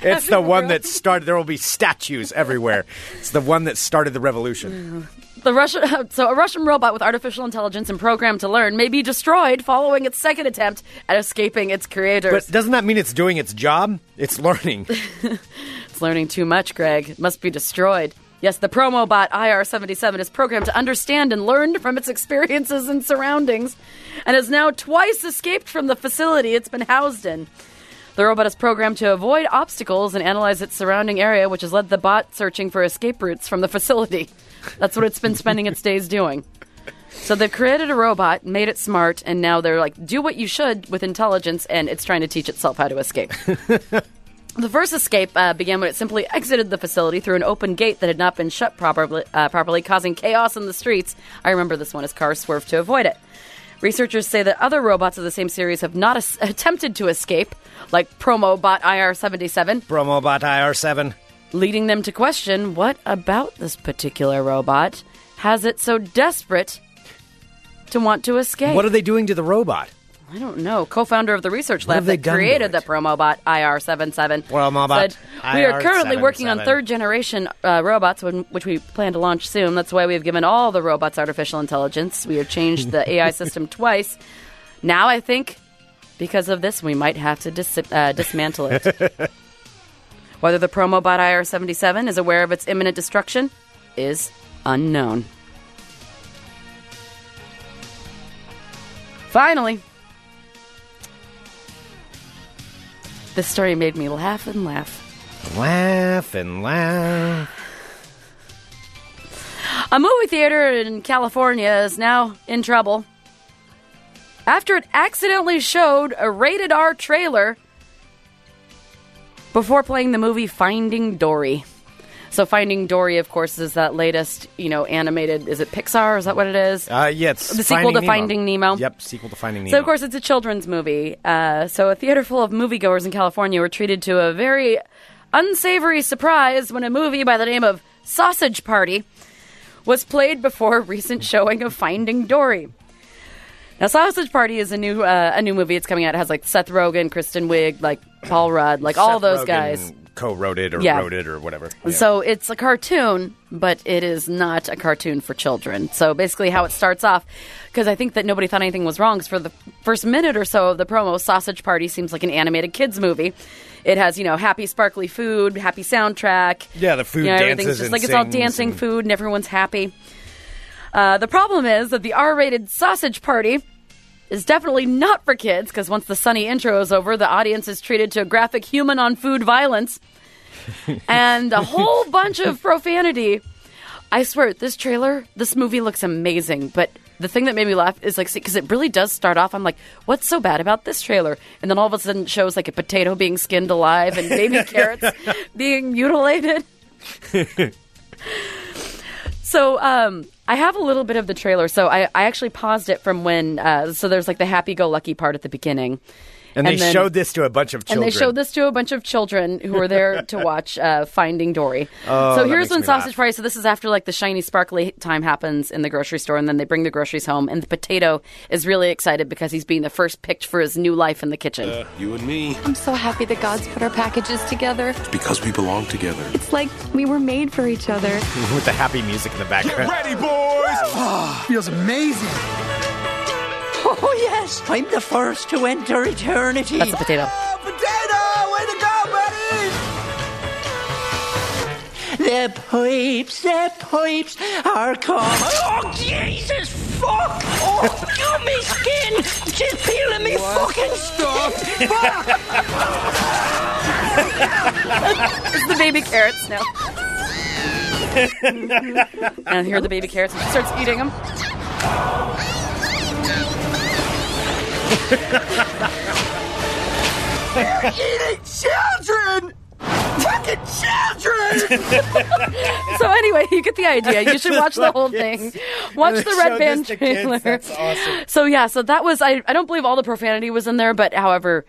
[SPEAKER 6] Yeah, it's the one that started. There will be statues everywhere. It's the one that started the
[SPEAKER 5] Mm.
[SPEAKER 6] revolution.
[SPEAKER 5] The Russian, [laughs] so a Russian robot with artificial intelligence and programmed to learn may be destroyed following its second attempt at escaping its creators.
[SPEAKER 6] But doesn't that mean it's doing its job? It's learning.
[SPEAKER 5] [laughs] it's learning too much, Greg. It must be destroyed. Yes, the promo bot IR77 is programmed to understand and learn from its experiences and surroundings, and has now twice escaped from the facility it's been housed in. The robot is programmed to avoid obstacles and analyze its surrounding area, which has led the bot searching for escape routes from the facility. That's what it's been spending its days doing. So they've created a robot, made it smart, and now they're like, do what you should with intelligence, and it's trying to teach itself how to escape. the first escape uh, began when it simply exited the facility through an open gate that had not been shut properly, uh, properly, causing chaos in the streets. I remember this one as cars swerved to avoid it. Researchers say that other robots of the same series have not es- attempted to escape, like Promo Bot IR77,
[SPEAKER 6] Promo bot IR7.
[SPEAKER 5] leading them to question what about this particular robot has it so desperate to want to escape?
[SPEAKER 6] What are they doing to the robot?
[SPEAKER 5] I don't know. Co-founder of the research lab
[SPEAKER 6] have they
[SPEAKER 5] that
[SPEAKER 6] done to
[SPEAKER 5] created the
[SPEAKER 6] it?
[SPEAKER 5] Promobot IR77
[SPEAKER 6] Promobot
[SPEAKER 5] said, "We are currently working on
[SPEAKER 6] IR77.
[SPEAKER 5] third-generation uh, robots, when, which we plan to launch soon. That's why we've given all the robots artificial intelligence. We have
[SPEAKER 6] [laughs]
[SPEAKER 5] changed the AI system twice. Now I think because of this, we might have to dis- uh, dismantle it.
[SPEAKER 6] [laughs]
[SPEAKER 5] Whether the Promobot IR77 is aware of its imminent destruction is unknown." Finally, This story made me laugh and laugh.
[SPEAKER 6] Laugh and laugh.
[SPEAKER 5] A movie theater in California is now in trouble after it accidentally showed a rated R trailer before playing the movie Finding Dory. So Finding Dory, of course, is that latest, you know, animated. Is it Pixar? Is that what it is?
[SPEAKER 6] Uh, yeah, it's
[SPEAKER 5] The sequel to Finding Nemo.
[SPEAKER 6] Yep, sequel to Finding Nemo.
[SPEAKER 5] So, of course, it's a children's movie. Uh, so, a theater full of moviegoers in California were treated to a very unsavory surprise when a movie by the name of Sausage Party was played before [laughs] a recent showing of Finding Dory. Now, Sausage Party is a new uh, a new movie. It's coming out. It has like Seth Rogen, Kristen Wiig, like Paul Rudd, like
[SPEAKER 6] Seth
[SPEAKER 5] all those
[SPEAKER 6] Rogen
[SPEAKER 5] guys.
[SPEAKER 6] co-wrote it or
[SPEAKER 5] Yeah.
[SPEAKER 6] wrote it or whatever. Yeah.
[SPEAKER 5] So it's a cartoon, but it is not a cartoon for children. So basically, how it starts off, because I think that nobody thought anything was wrong. 'cause for the first minute or so of the promo, Sausage Party seems like an animated kids movie. It has you know happy, sparkly food, happy soundtrack.
[SPEAKER 6] Yeah, the food
[SPEAKER 5] you know, everything's
[SPEAKER 6] dances
[SPEAKER 5] just
[SPEAKER 6] and
[SPEAKER 5] like it's all
[SPEAKER 6] sings
[SPEAKER 5] dancing
[SPEAKER 6] and-
[SPEAKER 5] food, and everyone's happy. Uh, the problem is that the R-rated Sausage Party is definitely not for kids because once the sunny intro is over, the audience is treated to a graphic human on food violence
[SPEAKER 6] [laughs]
[SPEAKER 5] and a whole bunch of profanity. I swear, this trailer, this movie looks amazing. But the thing that made me laugh is like, because it really does start off. I'm like, what's so bad about this trailer? And then all of a sudden, it shows like a potato being skinned alive and
[SPEAKER 6] [laughs]
[SPEAKER 5] baby carrots being mutilated. So um, I have a little bit of the trailer. So I, I actually paused it from when. Uh, so there's like the happy-go-lucky part at the beginning,
[SPEAKER 6] and they
[SPEAKER 5] then-
[SPEAKER 6] showed this to a bunch of
[SPEAKER 5] and
[SPEAKER 6] children.
[SPEAKER 5] they showed this to a bunch of children who were
[SPEAKER 6] [laughs]
[SPEAKER 5] there to watch uh, Finding Dory. so
[SPEAKER 6] Oh, that
[SPEAKER 5] here's
[SPEAKER 6] makes
[SPEAKER 5] when
[SPEAKER 6] me laugh.
[SPEAKER 5] sausage party. So this is after like the shiny sparkly time happens in the grocery store, and then they bring the groceries home, and the potato is really excited because he's being the first picked for his new life in the kitchen.
[SPEAKER 7] You and me.
[SPEAKER 8] I'm so happy that God's put our packages together.
[SPEAKER 7] Because we belong together.
[SPEAKER 8] It's like we were made for each other.
[SPEAKER 6] [laughs] with the happy music in the background.
[SPEAKER 7] Ready, boys!
[SPEAKER 9] Feels amazing.
[SPEAKER 10] Oh, yes. I'm the first to enter eternity. Oh,
[SPEAKER 5] That's the potato.
[SPEAKER 9] Potato, way to go, buddy!
[SPEAKER 10] The pipes, the pipes are coming. Oh, Jesus, fuck! Oh, you, me skin! She's peeling me fucking [laughs] stuff!
[SPEAKER 5] It's the baby
[SPEAKER 6] [laughs]
[SPEAKER 5] carrots now. and here are the baby carrots. She starts eating them.
[SPEAKER 9] Children! Fucking children!
[SPEAKER 5] So anyway, you get the idea. You should
[SPEAKER 6] [laughs]
[SPEAKER 5] watch the whole
[SPEAKER 6] Yes.
[SPEAKER 5] thing.
[SPEAKER 6] [laughs]
[SPEAKER 5] Watch
[SPEAKER 6] They
[SPEAKER 5] the
[SPEAKER 6] showed
[SPEAKER 5] Red Band
[SPEAKER 6] this to kids.
[SPEAKER 5] trailer.
[SPEAKER 6] That's awesome.
[SPEAKER 5] So yeah, so that was I, I don't believe all the profanity was in there, but however,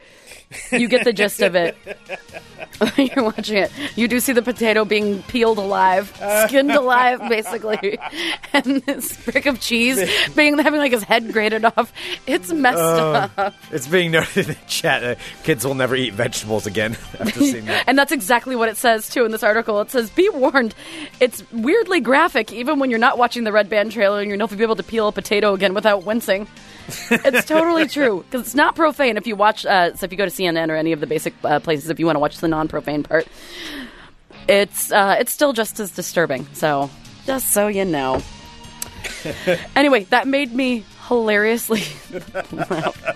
[SPEAKER 5] you get the gist of it. [laughs] You're watching it. You do see the potato being peeled alive, skinned alive, basically, [laughs] and this brick of cheese being having like his head grated off. It's messed up,
[SPEAKER 6] It's being noted in the chat. Uh, kids will never eat vegetables again [laughs]
[SPEAKER 5] [laughs]
[SPEAKER 6] after seeing that.
[SPEAKER 5] and that's exactly what it says too in this article. It says, "Be warned, it's weirdly graphic, even when you're not watching the Red Band trailer, and you're not be able to peel a potato again
[SPEAKER 6] [laughs]
[SPEAKER 5] without wincing." it's totally true because it's not profane. If you watch, uh, so if you go to CNN or any of the basic uh, places, if you want to watch the non-profane part, it's uh, it's still just as disturbing. So just so
[SPEAKER 6] [laughs]
[SPEAKER 5] you know. anyway, that made me
[SPEAKER 6] [laughs]
[SPEAKER 5] hilariously. [laughs] laugh.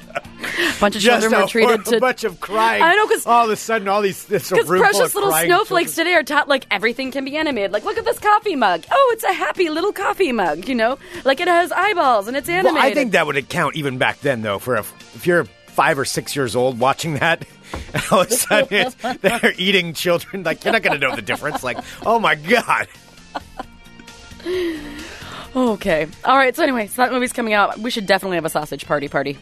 [SPEAKER 5] bunch of
[SPEAKER 6] Just
[SPEAKER 5] children were
[SPEAKER 6] a,
[SPEAKER 5] treated
[SPEAKER 6] whor-
[SPEAKER 5] to
[SPEAKER 6] bunch of crying.
[SPEAKER 5] I know, 'cause-
[SPEAKER 6] all of a sudden, all these this
[SPEAKER 5] because precious little snowflakes today are taught like everything can be animated. Like, look at this coffee mug. Oh, it's a happy little coffee mug. You know, like it has eyeballs and it's animated.
[SPEAKER 6] Well, I think that would count even back then, though. For a, if you're five or six years old watching that, [laughs] and all of a sudden [laughs] it's, they're eating children, like you're not going to know the difference. Like, oh my god,
[SPEAKER 5] Okay. All right. So anyway, so that movie's coming out. We should definitely have a sausage party party.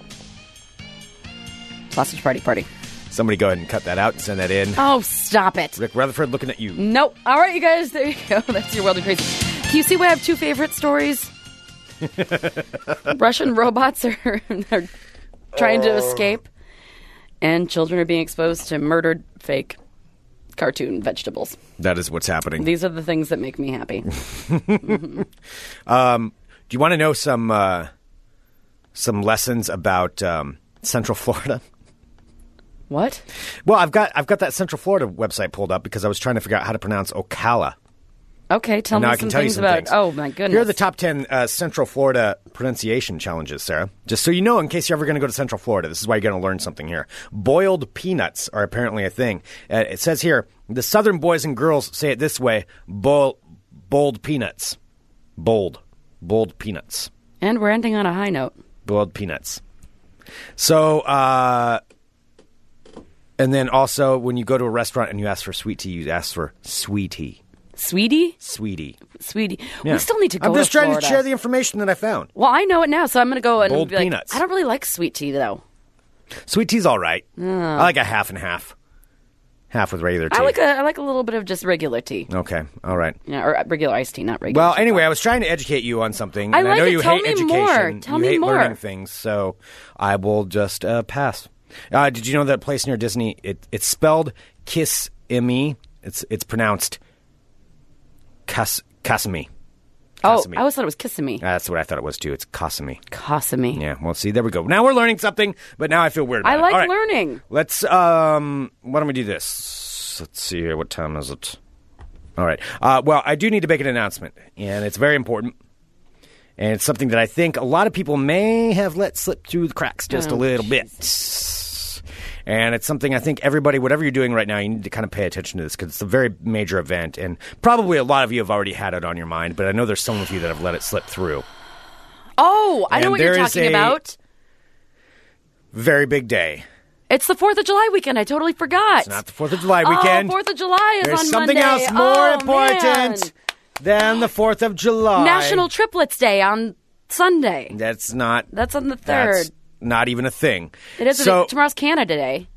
[SPEAKER 5] Sausage party party.
[SPEAKER 6] somebody go ahead and cut that out and send that in.
[SPEAKER 5] Oh, stop it.
[SPEAKER 6] Rick Rutherford looking at you.
[SPEAKER 5] Nope. All right, you guys. There you go. [laughs] That's your world of crazy. Can you see why I have two favorite
[SPEAKER 6] [laughs]
[SPEAKER 5] stories? Russian robots are, [laughs] are trying
[SPEAKER 6] Oh.
[SPEAKER 5] to escape, and children are being exposed to murdered fake cartoon vegetables.
[SPEAKER 6] That is what's happening.
[SPEAKER 5] These are the things that make
[SPEAKER 6] [laughs]
[SPEAKER 5] me happy.
[SPEAKER 6] Do you want to know some uh, some lessons about um, Central Florida?
[SPEAKER 5] what?
[SPEAKER 6] Well, I've got I've got that Central Florida website pulled up because I was trying to figure out how to pronounce Ocala.
[SPEAKER 5] Okay, tell
[SPEAKER 6] And now
[SPEAKER 5] me
[SPEAKER 6] I can
[SPEAKER 5] some
[SPEAKER 6] tell you
[SPEAKER 5] things
[SPEAKER 6] some
[SPEAKER 5] about.
[SPEAKER 6] things.
[SPEAKER 5] Oh my goodness!
[SPEAKER 6] Here are the top ten uh, Central Florida pronunciation challenges, Sarah. Just so you know, in case you're ever going to go to Central Florida, this is why you're going to learn something here. Boiled peanuts are apparently a thing. Uh, it says here the Southern boys and girls say it this way: boil, boiled peanuts, bold, boiled peanuts,
[SPEAKER 5] and we're ending on a high note.
[SPEAKER 6] boiled peanuts. So, uh, and then also when you go to a restaurant and you ask for sweet tea, you ask for sweetie,
[SPEAKER 5] Sweetie,
[SPEAKER 6] sweetie.
[SPEAKER 5] sweetie,
[SPEAKER 6] Yeah.
[SPEAKER 5] we still need to go.
[SPEAKER 6] I'm just
[SPEAKER 5] to
[SPEAKER 6] trying
[SPEAKER 5] Florida.
[SPEAKER 6] to share the information that I found.
[SPEAKER 5] Well, I know it now, so I'm going to go and
[SPEAKER 6] Bold
[SPEAKER 5] be like,
[SPEAKER 6] peanuts.
[SPEAKER 5] I don't really like sweet tea though.
[SPEAKER 6] Sweet tea's all right. I like a half and half. half with regular tea.
[SPEAKER 5] Oh. I like a, I like a little bit of just regular tea,
[SPEAKER 6] okay, all right.
[SPEAKER 5] yeah, or regular iced tea, not regular.
[SPEAKER 6] Well, anyway, I was trying to educate you on something.
[SPEAKER 5] I
[SPEAKER 6] and I
[SPEAKER 5] like
[SPEAKER 6] know
[SPEAKER 5] it.
[SPEAKER 6] you
[SPEAKER 5] Tell
[SPEAKER 6] hate
[SPEAKER 5] me
[SPEAKER 6] education.
[SPEAKER 5] more. Tell
[SPEAKER 6] you
[SPEAKER 5] me
[SPEAKER 6] hate
[SPEAKER 5] more.
[SPEAKER 6] learning things, so I will just uh, pass. Uh, did you know that place near Disney? It, it's spelled Kiss Me. It's it's pronounced Kas Kasumi.
[SPEAKER 5] oh,
[SPEAKER 6] Kasumi.
[SPEAKER 5] I always thought it was kissing me.
[SPEAKER 6] That's what I thought it was too. It's Kasumi.
[SPEAKER 5] Kasumi.
[SPEAKER 6] Yeah. Well, see, there we go. Now we're learning something, but now I feel weird. About
[SPEAKER 5] I
[SPEAKER 6] it.
[SPEAKER 5] like
[SPEAKER 6] All right.
[SPEAKER 5] learning.
[SPEAKER 6] Let's. Um. Why don't we do this? Let's see here. What time is it? All right. Uh, well, I do need to make an announcement, and it's very important. And it's something that I think a lot of people may have let slip through the cracks just a little bit. And it's something I think everybody, whatever you're doing right now, you need to kind of pay attention to this because it's a very major event. And probably a lot of you have already had it on your mind, but I know there's some of you that have let it slip through.
[SPEAKER 5] Oh, I know
[SPEAKER 6] And
[SPEAKER 5] what you're
[SPEAKER 6] there is
[SPEAKER 5] talking
[SPEAKER 6] a-
[SPEAKER 5] about.
[SPEAKER 6] Very big day.
[SPEAKER 5] It's the Fourth of July weekend. I totally forgot.
[SPEAKER 6] It's not the 4th of July weekend.
[SPEAKER 5] Oh, Fourth of July is
[SPEAKER 6] There's
[SPEAKER 5] on
[SPEAKER 6] something
[SPEAKER 5] Monday.
[SPEAKER 6] else more
[SPEAKER 5] Oh,
[SPEAKER 6] important than the 4th of July.
[SPEAKER 5] man. National Triplets Day on Sunday.
[SPEAKER 6] That's not
[SPEAKER 5] That's on the third.
[SPEAKER 6] that's not even a thing.
[SPEAKER 5] it is a
[SPEAKER 6] so
[SPEAKER 5] big- tomorrow's Canada Day.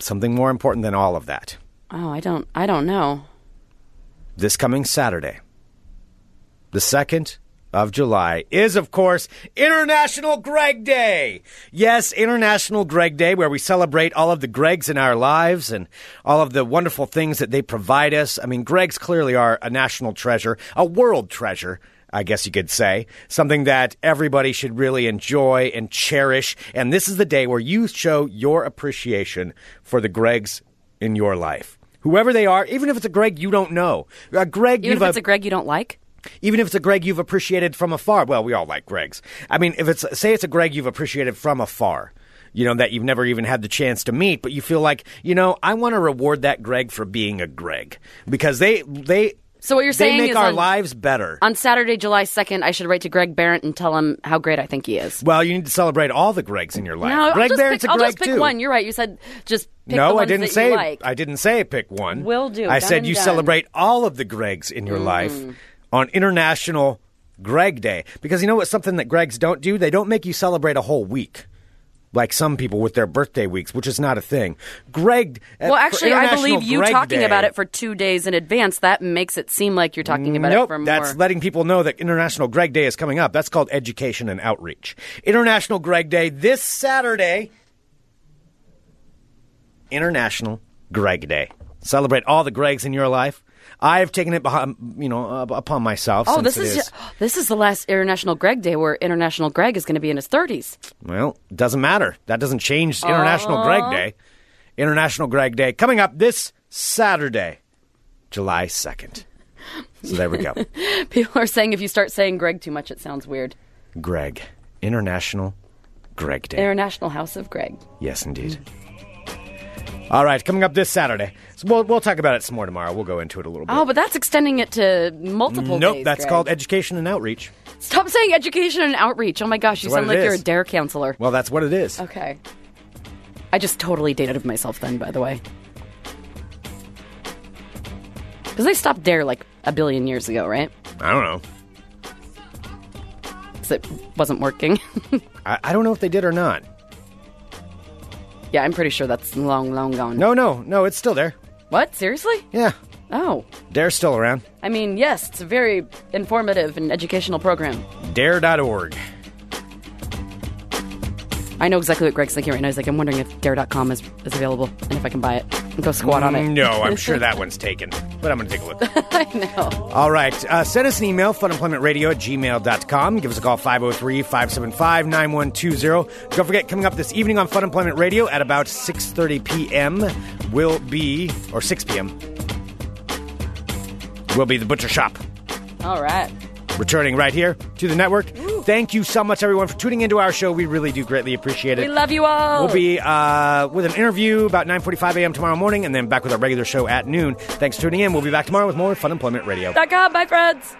[SPEAKER 6] something more important than all of that.
[SPEAKER 5] Oh, I don't. I don't know.
[SPEAKER 6] This coming Saturday, the 2nd of July is of course International Greg Day. Yes, International Greg Day where we celebrate all of the Gregs in our lives and all of the wonderful things that they provide us. I mean, Gregs clearly are a national treasure, a world treasure. I guess you could say, something that everybody should really enjoy and cherish. And this is the day where you show your appreciation for the Gregs in your life. Whoever they are, even if it's a Greg you don't know, a Greg
[SPEAKER 5] Even
[SPEAKER 6] you've uh,
[SPEAKER 5] if it's
[SPEAKER 6] a-
[SPEAKER 5] a Greg you don't like.
[SPEAKER 6] even if it's a Greg you've appreciated from afar. Well, we all like Gregs. I mean, if it's say it's a Greg you've appreciated from afar, you know that you've never even had the chance to meet, but you feel like you know I want to reward that Greg for being a Greg because they they.
[SPEAKER 5] So what you're
[SPEAKER 6] they
[SPEAKER 5] saying
[SPEAKER 6] make
[SPEAKER 5] is
[SPEAKER 6] our
[SPEAKER 5] on-
[SPEAKER 6] lives better.
[SPEAKER 5] On Saturday, July 2nd, I should write to Greg Barrett and tell him how great I think he is.
[SPEAKER 6] well, you need to celebrate all the Gregs in your life.
[SPEAKER 5] No, I'll
[SPEAKER 6] Greg
[SPEAKER 5] just
[SPEAKER 6] Barrett's
[SPEAKER 5] pick,
[SPEAKER 6] a
[SPEAKER 5] I'll
[SPEAKER 6] Greg
[SPEAKER 5] just pick
[SPEAKER 6] too.
[SPEAKER 5] one. You're right. You said just pick
[SPEAKER 6] no,
[SPEAKER 5] the
[SPEAKER 6] I
[SPEAKER 5] ones
[SPEAKER 6] didn't
[SPEAKER 5] that
[SPEAKER 6] say
[SPEAKER 5] you like.
[SPEAKER 6] I didn't say pick one.
[SPEAKER 5] Will do.
[SPEAKER 6] I
[SPEAKER 5] Done
[SPEAKER 6] said
[SPEAKER 5] and
[SPEAKER 6] you
[SPEAKER 5] done. Mm-hmm.
[SPEAKER 6] celebrate all of the Gregs in your life on International Greg Day because you know what? Something that Gregs don't do, they don't make you celebrate a whole week. Like some people with their birthday weeks, which is not a thing. Greg. uh,
[SPEAKER 5] well, actually, I believe you talking about it for two days in advance. That makes it seem like you're talking about
[SPEAKER 6] nope,
[SPEAKER 5] it for more.
[SPEAKER 6] that's letting people know that International Greg Day is coming up. That's called education and outreach. International Greg Day this Saturday. International Greg Day. Celebrate all the Gregs in your life. I have taken it behind, you know, up- upon myself.
[SPEAKER 5] oh,
[SPEAKER 6] since
[SPEAKER 5] this
[SPEAKER 6] it
[SPEAKER 5] is, [gasps] this is the last International Greg Day where International Greg is going to be in his 30s.
[SPEAKER 6] Well, doesn't matter. That doesn't change International Greg Day. International Greg Day coming up this Saturday, July 2nd. So there we
[SPEAKER 5] [laughs]
[SPEAKER 6] go.
[SPEAKER 5] [laughs] People are saying if you start saying Greg too much, it sounds weird.
[SPEAKER 6] Greg. International Greg Day.
[SPEAKER 5] International House of Greg.
[SPEAKER 6] Yes, indeed. All right, coming up this Saturday. So we'll, we'll talk about it some more tomorrow. We'll go into it a little bit.
[SPEAKER 5] Oh, but that's extending it to multiple
[SPEAKER 6] nope,
[SPEAKER 5] days,
[SPEAKER 6] that's
[SPEAKER 5] Greg.
[SPEAKER 6] called education and outreach.
[SPEAKER 5] Stop saying education and outreach. Oh my gosh, you
[SPEAKER 6] That's what
[SPEAKER 5] sound
[SPEAKER 6] it
[SPEAKER 5] like you're a
[SPEAKER 6] is.
[SPEAKER 5] dare counselor.
[SPEAKER 6] Well, that's what it is.
[SPEAKER 5] Okay. I just totally dated myself then, by the way. Because they stopped dare like a billion years ago, right?
[SPEAKER 6] I don't know.
[SPEAKER 5] Because it wasn't working. [laughs]
[SPEAKER 6] I, I don't know if they did or not.
[SPEAKER 5] yeah, I'm pretty sure that's long, long gone.
[SPEAKER 6] No, no, no, it's still there.
[SPEAKER 5] What? Seriously?
[SPEAKER 6] Yeah,
[SPEAKER 5] Oh.
[SPEAKER 6] Dare's still around.
[SPEAKER 5] I mean, yes, it's a very informative and educational program.
[SPEAKER 6] Dare.org.
[SPEAKER 5] I know exactly what Greg's thinking right now. He's like, I'm wondering if dare.com is, is available and if I can buy it and go squat on it.
[SPEAKER 6] No,
[SPEAKER 5] [laughs]
[SPEAKER 6] I'm sure that one's taken, but I'm going to take a look.
[SPEAKER 5] I know.
[SPEAKER 6] All right. Uh, send us an email, funemploymentradio at gmail.com. Give us a call, 503 575 9120. Don't forget, coming up this evening on Fun Employment Radio at about 6.30 p.m. will be, or 6 p.m., will be The Butcher Shop
[SPEAKER 5] All right.
[SPEAKER 6] returning right here to the network. Thank you so much, everyone, for tuning into our show. We really do greatly appreciate it.
[SPEAKER 5] We love you all.
[SPEAKER 6] We'll be uh, with an interview about 9.45 a.m. tomorrow morning and then back with our regular show at noon. Thanks for tuning in. We'll be back tomorrow with more Fun Employment Radio.
[SPEAKER 5] Dot .com. Bye, friends.